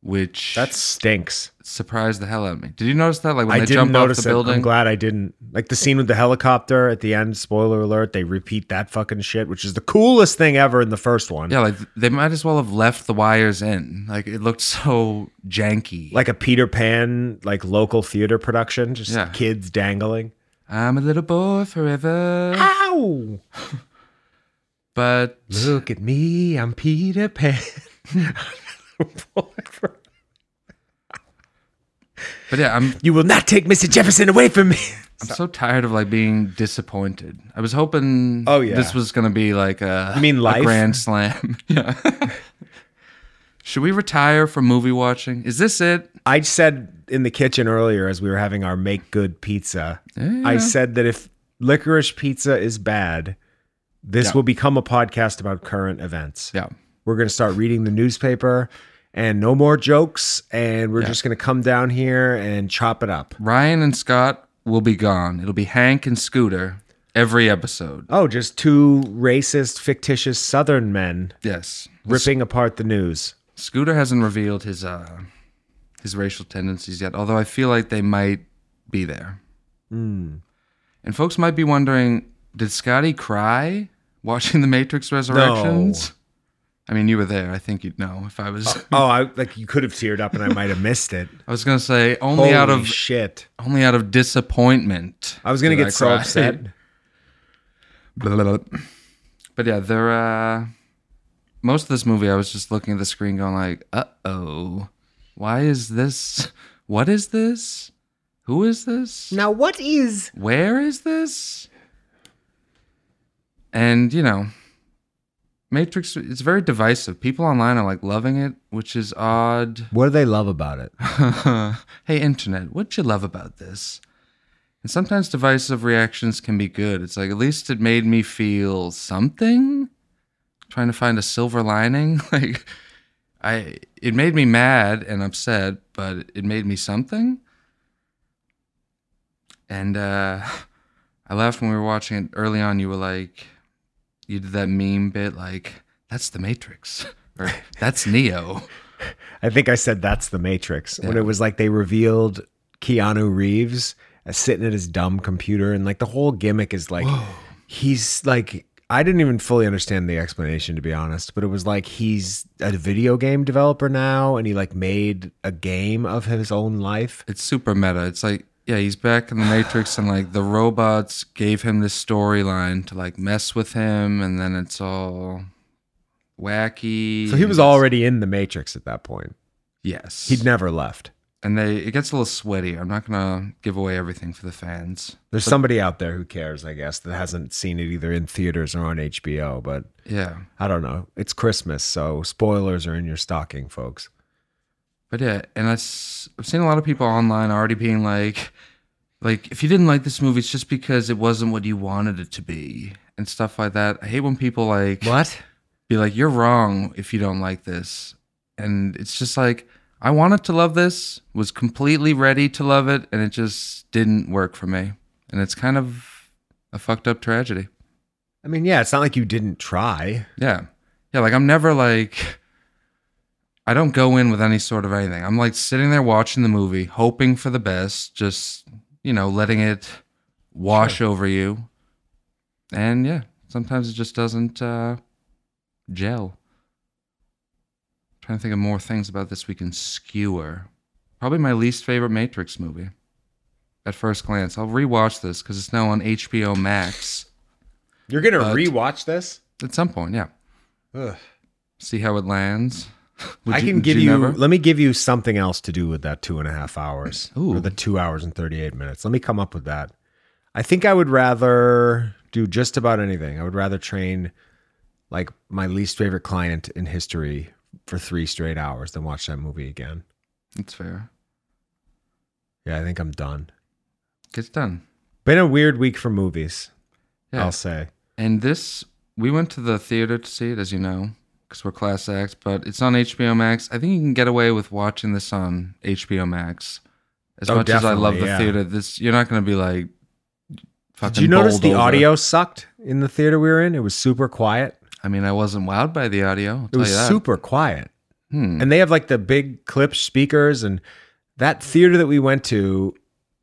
which
That stinks.
surprised the hell out of me. Did you notice that? Like when
I
they
didn't
jump off
notice
the
it.
building,
I'm glad I didn't. Like the scene with the helicopter at the end, spoiler alert, they repeat that fucking shit, which is the coolest thing ever in the first one.
yeah, like they might as well have left the wires in. Like it looked so janky.
Like a Peter Pan, like local theater production, just
Yeah.
kids dangling.
I'm a little boy forever,
Ow!
but
Look at me, I'm Peter Pan.
but yeah, I'm
[LAUGHS] you will not take Mr. Jefferson away from me.
I'm so tired of like being disappointed. I was hoping
Oh, yeah.
this was gonna be like a
You mean
a
life?
grand slam. [LAUGHS]
[LAUGHS]
yeah. Should we retire from movie watching? Is this it?
I said in the kitchen earlier as we were having our make good pizza, I said that if licorice pizza is bad, this
Yeah.
will become a podcast about current events.
Yeah.
We're going to start reading the newspaper and no more jokes. And we're just going to come down here and chop it up.
Ryan and Scott will be gone. It'll be Hank and Scooter every episode.
Oh, just two racist, fictitious Southern men
Yes.
ripping apart the news.
Scooter hasn't revealed his uh his racial tendencies yet, although I feel like they might be there.
Hmm.
And folks might be wondering, did Scotty cry watching The Matrix Resurrections? I mean, you were there. I think you'd know if I was.
Oh, I like you could have teared up and I might have missed it.
I was gonna say [LAUGHS] only
Holy
out of
shit.
only out of disappointment.
I was going to
did
get so
cry. [LAUGHS]
upset.
Blah, blah, blah. But yeah, there. Uh, most of this movie, I was just looking at the screen, going like, "Uh oh, why is this? What is this? Who is this?
Now, what is
Where is this?" And you know, Matrix. It's very divisive. People online are like loving it, which is odd.
What do they love about it?
[LAUGHS] hey, internet, what you love about this? And sometimes divisive reactions can be good. It's like, at least it made me feel something. Trying to find a silver lining. [LAUGHS] Like, I, it made me mad and upset, but it made me something. And uh, [LAUGHS] I laughed when we were watching it early on. You were like, you did that meme bit, like, that's the Matrix, [LAUGHS] or that's Neo.
I think I said that's the Matrix when it was like they revealed Keanu Reeves as sitting at his dumb computer and like the whole gimmick is like he's like I didn't even fully understand the explanation to be honest, but it was like he's a video game developer now and he like made a game of his own life.
it's super meta. It's like, yeah, he's back in the Matrix, and like the robots gave him this storyline to like mess with him, and then it's all wacky.
So he was already in the Matrix at that point.
yes.
He'd never left.
and they it gets a little sweaty. I'm not gonna give away everything for the fans.
There's somebody out there who cares, I guess, that hasn't seen it either in theaters or on HBO, but
Yeah,
I don't know. It's Christmas, so spoilers are in your stocking, folks.
but yeah, and I s- I've seen a lot of people online already being like, like if you didn't like this movie, it's just because it wasn't what you wanted it to be and stuff like that. I hate when people like
What?
be like, you're wrong if you don't like this. And it's just like, I wanted to love this, was completely ready to love it, and it just didn't work for me. And it's kind of a fucked up tragedy.
I mean, yeah, it's not like you didn't try.
Yeah. Yeah. Like I'm never like, I don't go in with any sort of anything. I'm like sitting there watching the movie, hoping for the best, just, you know, letting it wash over you. And yeah, sometimes it just doesn't uh, gel. trying to think of more things about this week in Skewer. Probably my least favorite Matrix movie at first glance. I'll rewatch this because it's now on HBO Max
You're gonna
But-
rewatch this.
at some point. Yeah.
Ugh.
see how it lands. [LAUGHS] Would
I
you-
can
would
give you.
never?
Let me give you something else to do with that two and a half hours
Ooh.
or the two hours and thirty-eight minutes. Let me come up with that. I think I would rather do just about anything. I would rather train like my least favorite client in history for three straight hours than watch that movie again.
It's fair.
Yeah, I think I'm done.
Gets done.
Been a weird week for movies.
Yeah.
I'll say.
And this, we went to the theater to see it, as you know, because we're class acts. But it's on HBO Max. I think you can get away with watching this on HBO Max. As
Oh,
much as I love
definitely,
the
yeah.
theater, this you're not going to be like.
Did
fucking
you notice the
bowled over.
audio sucked in the theater we were in? It was super quiet.
I mean, I wasn't wowed by the audio. I'll
It
tell
was
you that.
super quiet.
Hmm.
And they have like the big clip speakers and that theater that we went to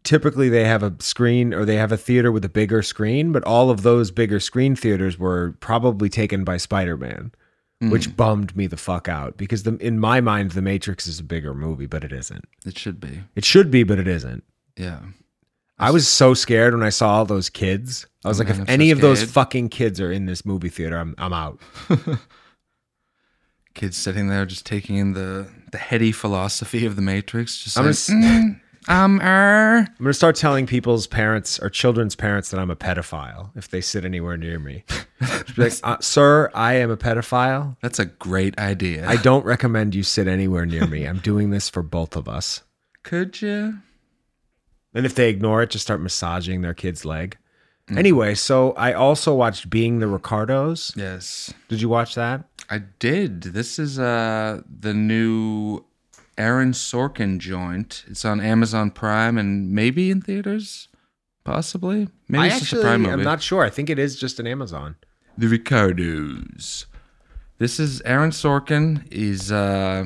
typically they have a screen or they have a theater with a bigger screen, but all of those bigger screen theaters were probably taken by Spider-Man,
Hmm.
which bummed me the fuck out because the, in my mind The Matrix is a bigger movie, but it isn't.
It should be.
It should be, but it isn't.
Yeah.
I was so scared when I saw all those kids. I was
Oh,
like,
man, I'm
if
so
any of those
scared.
fucking kids are in this movie theater, I'm I'm out.
Kids sitting there just taking in the the heady philosophy of the Matrix. Just
I'm
like,
just-
"Mm, um, er.
I'm gonna start telling people's parents or children's parents that I'm a pedophile if they sit anywhere near me. Just be like, uh, sir, I am a pedophile.
That's a great idea.
I don't recommend you sit anywhere near me. I'm doing this for both of us.
could you?
And if they ignore it, just start massaging their kid's leg.
Mm.
Anyway, so I also watched Being the Ricardos.
Yes,
Did you watch that?
I did. This is uh the new Aaron Sorkin joint. It's on Amazon Prime and maybe in theaters, possibly. Maybe
I
it's just a Prime movie.
I'm not sure. I think it is just an Amazon.
the Ricardos. This is Aaron Sorkin. He's uh,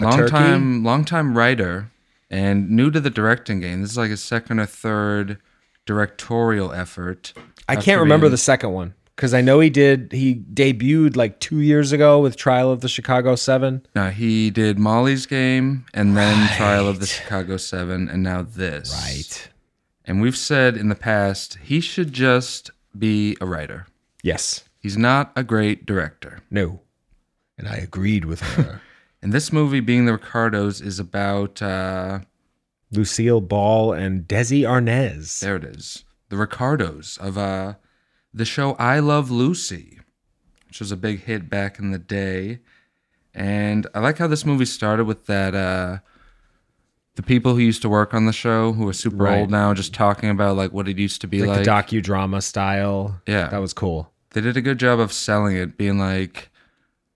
A
long
turkey?
time long time writer and new to the directing game. This is like his second or third directorial effort.
I
after
can't remember
being-
the second one because I know he did. He debuted like two years ago with Trial of the Chicago Seven.
Now he did Molly's Game and then Trial of the Chicago Seven and now this. And we've said in the past he should just be a writer.
Yes.
He's not a great director.
No. And I agreed with
[LAUGHS]
her.
And this movie, being the Ricardos, is about uh,
Lucille Ball and Desi Arnaz.
there it is the Ricardos of uh, the show I Love Lucy, which was a big hit back in the day. And I like how this movie started with that uh, the people who used to work on the show who are super
Right.
old now, just talking about like what it used to be
Like,
like.
the docudrama style.
Yeah.
That was cool.
they did a good job of selling it, being like,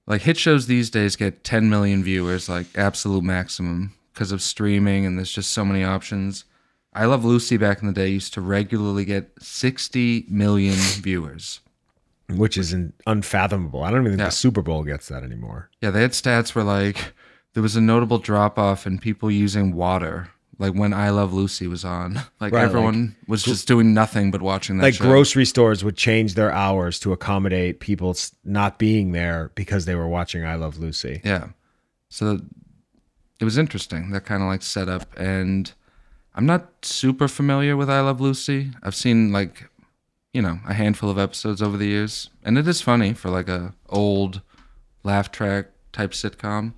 like hit shows these days get 10 million viewers, like absolute maximum, because of streaming and there's just so many options. I Love Lucy back in the day used to regularly get 60 million viewers.
Which is an unfathomable. I don't even think
Yeah.
the Super Bowl gets that anymore.
Yeah, they had stats where like there was a notable drop off in people using water. Like when I Love Lucy was on, like
Right, like-
everyone was just doing nothing but watching that.
Like
show.
grocery stores would change their hours to accommodate people s- not being there because they were watching I Love Lucy.
Yeah. So it was interesting that kind of like setup and I'm not super familiar with I Love Lucy. I've seen like you know, a handful of episodes over the years and it is funny for like a old laugh track type sitcom.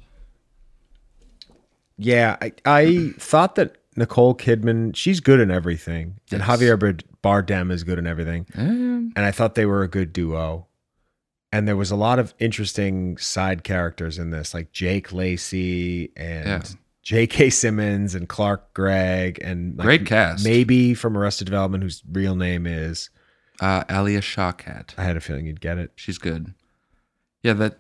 Yeah, I, I thought that Nicole Kidman, she's good in everything, and
Yes. Mm.
Javier Bard- Bardem is good in everything.
And
And I thought they were a good duo. And there was a lot of interesting side characters in this, like Jake Lacey and
Yeah.
J.K. Simmons and Clark Gregg and like
Great cast.
Maybe from Arrested Development, whose real name is.
uh Alia Shawkat.
I had a feeling you'd get it.
She's good. Yeah, that.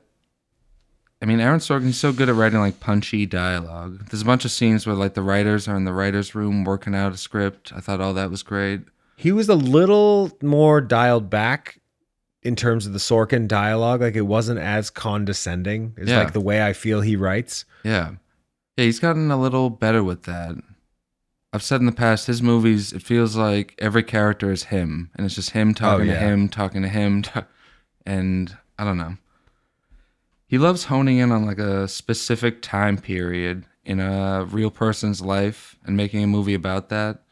I mean, Aaron Sorkin is so good at writing like punchy dialogue. There's a bunch of scenes where like the writers are in the writers' room working out a script. I thought all that was great.
He was a little more dialed back in terms of the Sorkin dialogue. Like it wasn't as condescending. It's
Yeah.
like the way I feel he writes.
Yeah. Yeah, he's gotten a little better with that. I've said in the past, his movies, it feels like every character is him, and it's just him talking to
yeah.
him, talking to him, ta- and I don't know. He loves honing in on like a specific time period in a real person's life and making a movie about that.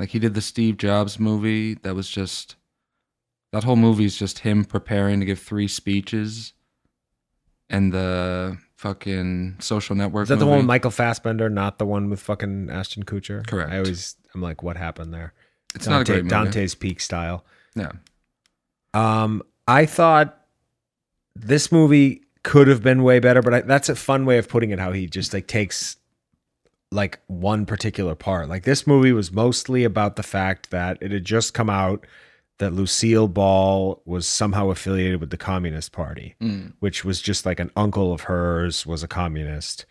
Like he did the Steve Jobs movie that was just that whole movie is just him preparing to give three speeches and the fucking social network
Is that the one
movie.
with Michael Fassbender, not the one with fucking Ashton Kutcher?
Correct.
I always, I'm like, what happened there?
It's not a great movie.
Dante's Peak style.
Yeah.
Um, I thought this movie could have been way better, but I, that's a fun way of putting it. How he just like takes like one particular part. Like this movie was mostly about the fact that it had just come out that Lucille Ball was somehow affiliated with the Communist Party,
Mm.
which was just like an uncle of hers was a communist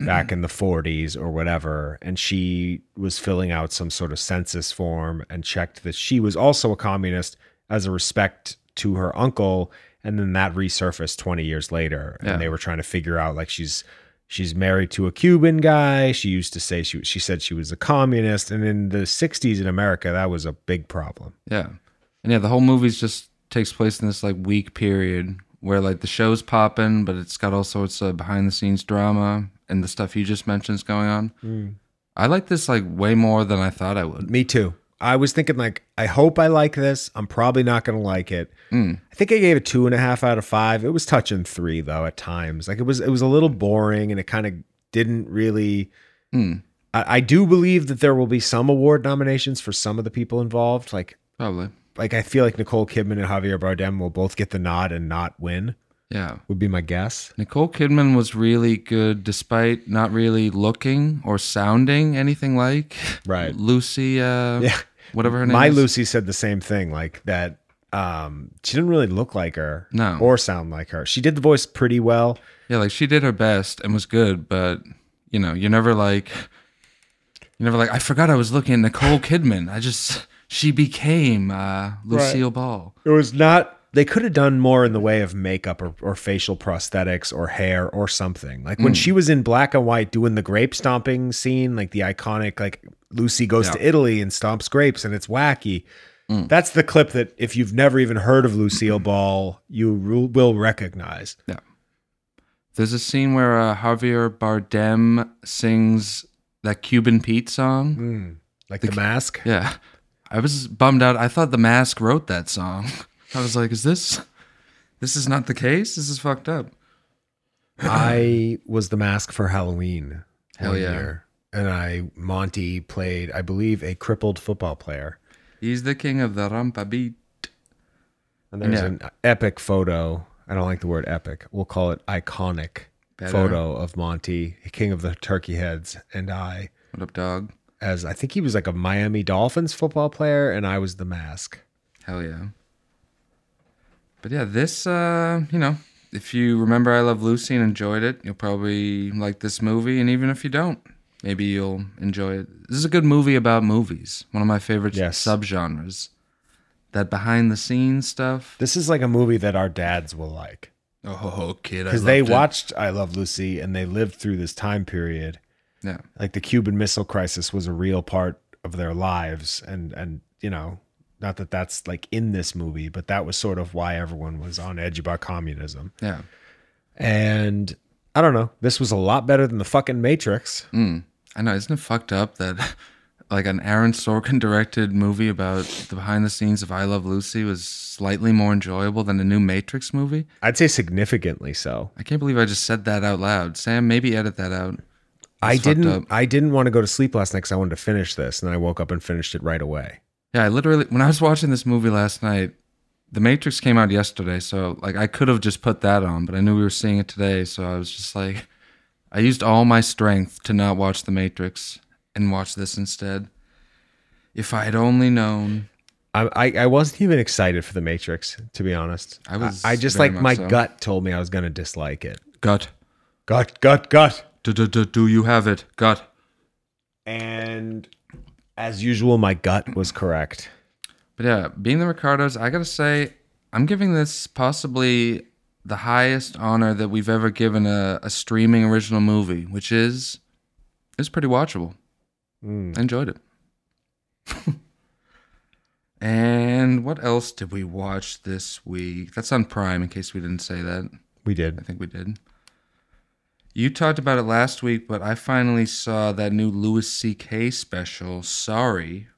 back in the 40s or whatever and she was filling out some sort of census form and checked that she was also a communist as a respect to her uncle and then that resurfaced 20 years later
Yeah.
and they were trying to figure out like she's she's married to a Cuban guy she used to say she she said she was a communist and in the 60s in America that was a big problem
Yeah. And yeah, the whole movie's just takes place in this like week period where like the show's popping, but it's got all sorts of behind the scenes drama and the stuff you just mentioned is going on. I like this like way more than I thought I would.
Hmm. Me too. I was thinking like, I hope I like this. I'm probably not gonna like it. I think I gave it two and a half out of five. It was touching three though at times. Like it was it was a little boring and it kind of didn't really
Mm.
I, I do believe that there will be some award nominations for some of the people involved. Like
Probably.
like I feel like Nicole Kidman and Javier Bardem will both get the nod and not win,
Yeah.
would be my guess.
Nicole Kidman was really good despite not really looking or sounding anything like
Right.
Lucy uh
Yeah.
whatever her name
My
is.
Lucy said the same thing, like that um she didn't really look like her
No.
or sound like her. She did the voice pretty well.
Yeah, like she did her best and was good, but you know, you're never like, you're never like, I forgot I was looking at Nicole Kidman. I just, she became uh, Lucille Ball.
It was not. They could have done more in the way of makeup or, or facial prosthetics or hair or something. Like when she was in black and white doing the grape stomping scene, like the iconic, like Lucy goes to Italy and stomps grapes and it's wacky. That's the clip that if you've never even heard of Lucille Ball, you ru- will recognize.
There's a scene where uh, Javier Bardem sings that Cuban Pete song.
Like the, mask.
Yeah. I was bummed out. I thought The Mask wrote that song. [LAUGHS] I was like, is this, this is not the case? This is fucked up. [CLEARS THROAT]
I was the mask for Halloween
Hell
one
Oh, yeah.
year, and I Monty played, I believe, a crippled football player.
He's the king of the rampa beat.
And there's
Yeah.
an epic photo. I don't like the word epic. We'll call it iconic
Better.
photo of Monty, king of the turkey heads, and I
What up, dog?
as I think he was like a Miami Dolphins football player, and I was the mask.
Hell yeah. But yeah, this, uh, you know, if you remember I Love Lucy and enjoyed it, you'll probably like this movie. And even if you don't, maybe you'll enjoy it. This is a good movie about movies, one of my favorite
Yes.
subgenres. That behind the scenes stuff.
This is like a movie that our dads will like
Oh, ho, ho, kid. I
because they
loved it.
watched I Love Lucy and they lived through this time period.
Yeah.
Like the Cuban Missile Crisis was a real part of their lives, and and you know. Not that that's like in this movie, but that was sort of why everyone was on edge about communism.
Yeah.
And I don't know. This was a lot better than the fucking Matrix.
Mm. I know. Isn't it fucked up that, like, an Aaron Sorkin directed movie about the behind the scenes of I Love Lucy was slightly more enjoyable than a new Matrix movie?
I'd say significantly so.
I can't believe I just said that out loud. Sam, maybe edit that out.
I
It's fucked
didn't.
up.
I didn't want to go to sleep last night because I wanted to finish this, and I woke up and finished it right away.
Yeah, I literally when I was watching this movie last night, The Matrix came out yesterday, so like I could have just put that on, but I knew we were seeing it today, so I was just like I used all my strength to not watch The Matrix and watch this instead. If I had only known.
I, I, I wasn't even excited for the Matrix, to be honest.
I was
I, just
very
like
much
my
so.
gut told me I was gonna dislike it.
Gut.
Gut, gut, gut.
Do, do, do, do you have it? Gut.
And as usual, my gut was correct.
But yeah, being the Ricardos, I gotta say, I'm giving this possibly the highest honor that we've ever given a, a streaming original movie, which is it's pretty watchable. I enjoyed it. [LAUGHS] and what else did we watch this week? That's on Prime, in case we didn't say that.
We
I
did.
think we did. You talked about it last week, but I finally saw that new Louis C.K. special, Sorry,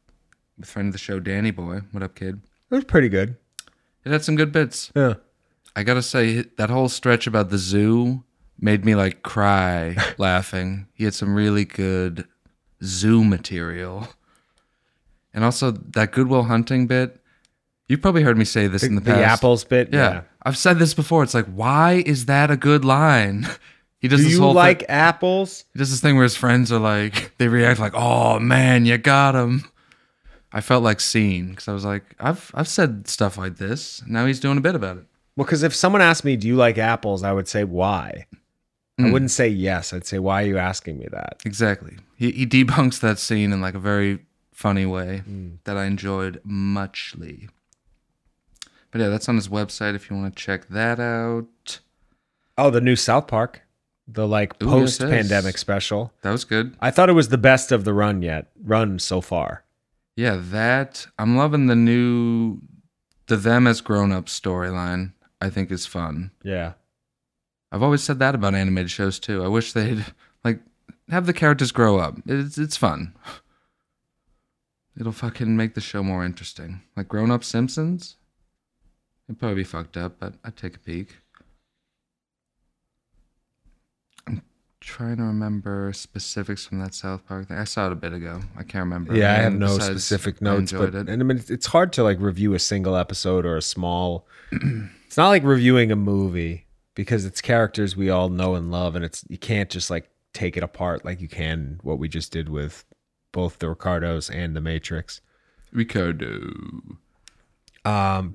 with friend of the show Danny Boy. What up, kid?
It was pretty good.
It had some good bits.
Yeah.
I gotta say, that whole stretch about the zoo made me like
[LAUGHS]
cry laughing. He had some really good zoo material. And also that Goodwill Hunting bit. You've probably heard me say this
The,
in the
the
past.
apples bit.
Yeah. I've said this before. It's like, why is that a good line? [LAUGHS] He does
Do
this
you
whole
like
thing,
apples?
he does this thing where his friends are like, [LAUGHS] they react like, "Oh man, you got him." I felt like seen because I was like, "I've I've said stuff like this." Now he's doing a bit about it.
Well, because if someone asked me, "Do you like apples?" I would say, "Why?"
Hmm.
I wouldn't say yes. I'd say, "Why are you asking me that?"
Exactly. He he debunks that scene in like a very funny way
Mm.
that I enjoyed muchly. But yeah, that's on his website if you want to check that out.
Oh, the new South Park, the like
Ooh, yes, yes.
post-pandemic special.
That was good.
I thought it was the best of the run yet, run so far.
Yeah, that I'm loving the new the them as grown up storyline. I think is fun.
Yeah.
I've always said that about animated shows too. I wish they'd like have the characters grow up. It's it's fun. It'll fucking make the show more interesting. Like grown up Simpsons, it'd probably be fucked up, but I'd take a peek. I'm trying to remember specifics from that South Park thing. I saw it a bit ago. I can't remember.
Yeah, I have
And
no
besides,
specific
I
notes,
enjoyed
but and I mean, it's- it's hard to like review a single episode or a small. [CLEARS THROAT] it's not like reviewing a movie because it's characters we all know and love, and it's you can't just like take it apart like you can what we just did with both the Ricardos and the Matrix.
Ricardo.
Um,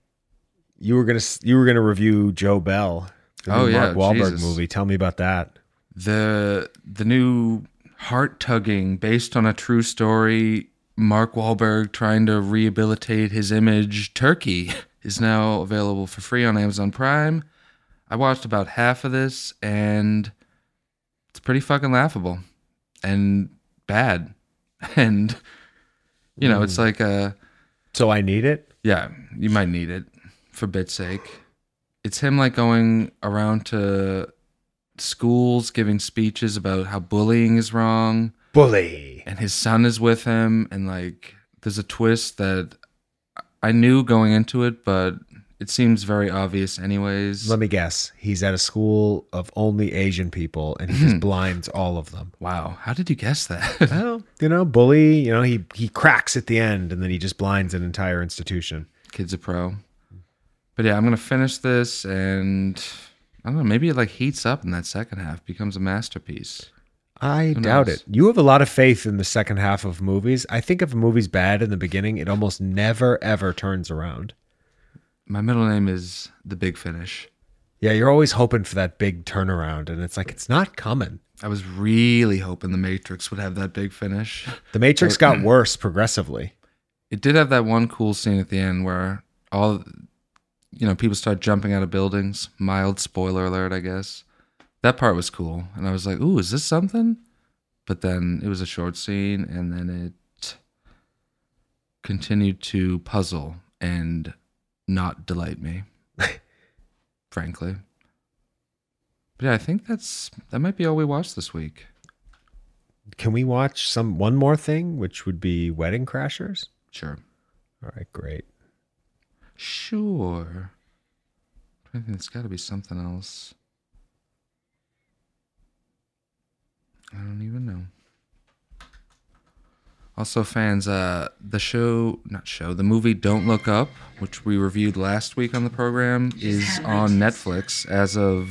[CLEARS THROAT] you were gonna s- you were gonna review Joe Bell, the
Oh,
new
yeah,
Mark Wahlberg
Jesus.
movie. Tell me about that.
the the new heart tugging based on a true story Mark Wahlberg trying to rehabilitate his image Turkey [LAUGHS] is now available for free on Amazon Prime. I watched about half of this and it's pretty fucking laughable and bad. [LAUGHS] And you know, it's like a
So I need it.
yeah, you might need it for bit's sake. It's him like going around to schools giving speeches about how bullying is wrong
Bully.
and his son is with him and like there's a twist that I knew going into it but it seems very obvious anyways.
Let me guess. He's at a school of only Asian people, and he just blinds all of them.
wow, how did you guess that? [LAUGHS]
Well, you know, bully. You know, he he cracks at the end, and then he just blinds an entire institution.
Kid's a pro. But yeah, I'm going to finish this and I don't know, maybe it like heats up in that second half, becomes a masterpiece.
I doubt
knows?
it. You have a lot of faith in the second half of movies. I think if a movie's bad in the beginning, it almost never ever turns around.
My middle name is The Big Finish.
Yeah, you're always hoping for that big turnaround, and it's like it's not coming.
I was really hoping the Matrix would have that big finish.
The Matrix got worse progressively.
It did have that one cool scene at the end where all, you know, people start jumping out of buildings. Mild spoiler alert, I guess. That part was cool, and I was like, "Ooh, is this something?" But then it was a short scene, and then it continued to puzzle and not delight me, frankly. But yeah, I think that's that might be all we watched this week.
Can we watch some one more thing, which would be Wedding Crashers?
Sure.
All right, great.
Sure. I think it's got to be something else. I don't even know. Also, fans, uh, the show, not show, the movie Don't Look Up, which we reviewed last week on the program, is on Netflix as of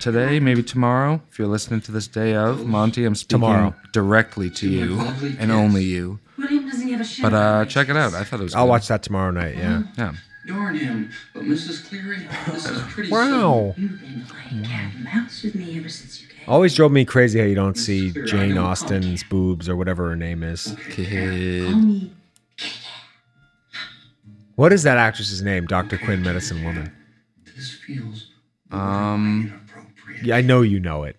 today, maybe tomorrow. If you're listening to this day of, Monty, I'm speaking
Tomorrow.
directly to you and only you.
William doesn't give a shit.
But
about
uh,
bitches.
check it out. I thought it was
I'll
good.
watch that tomorrow night. Yeah.
Yeah.
Yarn him, but Mrs. Cleary, this is pretty
Wow.
You've been playing cat and mouse with me ever since you came.
Oh,
Always drove me crazy how you don't see Jane Austen's boobs or whatever her name is.
Kid.
Call me
What is that actress's name? Dr. Quinn, Medicine Woman.
This feels
Um,
inappropriate.
Yeah, I know you know it.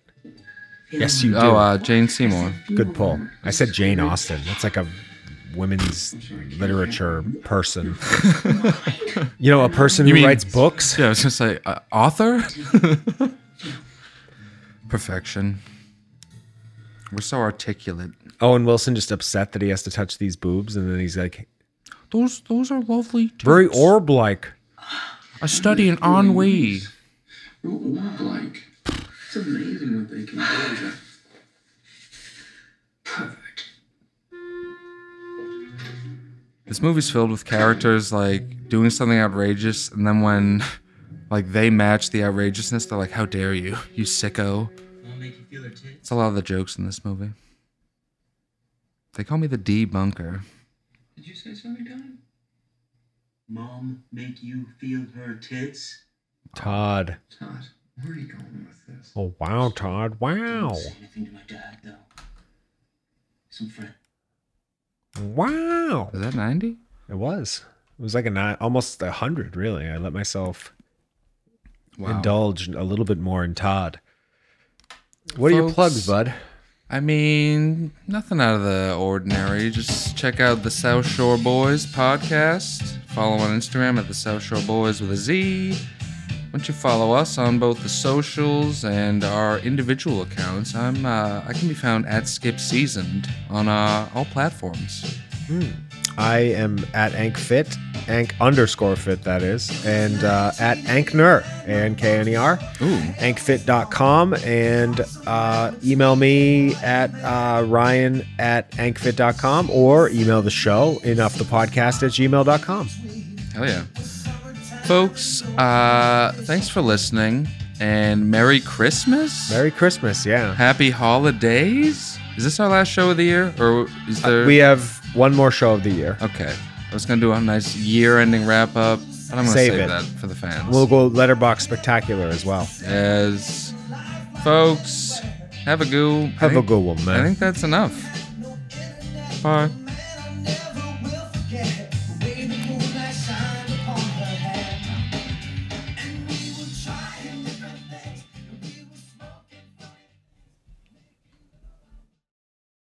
Yes, you do.
oh, uh, Jane Seymour.
Good pull. I said Jane Austen. That's like a women's literature
[LAUGHS]
person. you know, a person
You
who
mean-
writes
[LAUGHS]
books.
Yeah, I was gonna say uh, author. [LAUGHS] Perfection. We're so articulate.
Owen Wilson just upset that he has to touch these boobs, and then he's like,
Those those are lovely. Tubes.
very orb like.
A study in ennui.
Real orb-like. It's amazing what they can do. to- Pervert.
This movie's filled with characters like doing something outrageous, and then when [LAUGHS] like they match the outrageousness, they're like, "How dare you, you sicko!" It's a lot of the jokes in this movie. They call me the debunker.
Did you say something, Don?
Mom make you feel her tits?
Todd.
Todd, where are you going with this?
Oh, wow, Todd. Wow.
Say anything to my dad, though. Some friend.
Wow.
Is that ninety?
It was. It was like a nine, almost a hundred, really. I let myself indulge a little bit more in Todd. What are your
Folks.
plugs, bud?
I mean, nothing out of the ordinary. Just check out the South Shore Boys podcast. Follow on Instagram at the South Shore Boys with a Z. Why don't you follow us on both the socials and our individual accounts? I'm uh, I can be found at Skip Seasoned on uh, all platforms.
I am at AnkFit, Ank underscore fit, that is, and uh, at Ankner, A-N-K-N-E-R, ankfit.com, and uh, email me at uh, ryan at ankfit.com or email the show, enoughthepodcast at gmail.com.
Hell yeah, folks! Uh, thanks for listening and Merry Christmas.
Merry Christmas, yeah.
Happy holidays. Is this our last show of the year, or is there?
Uh, We have one more show of the year.
Okay. I was gonna do a nice year-ending wrap-up, but I'm gonna
Save
save,
it.
that for the fans.
We'll go letterbox spectacular as well.
As folks, have a goo. I
Have a
think-
good one,
I
man.
think that's enough. Bye.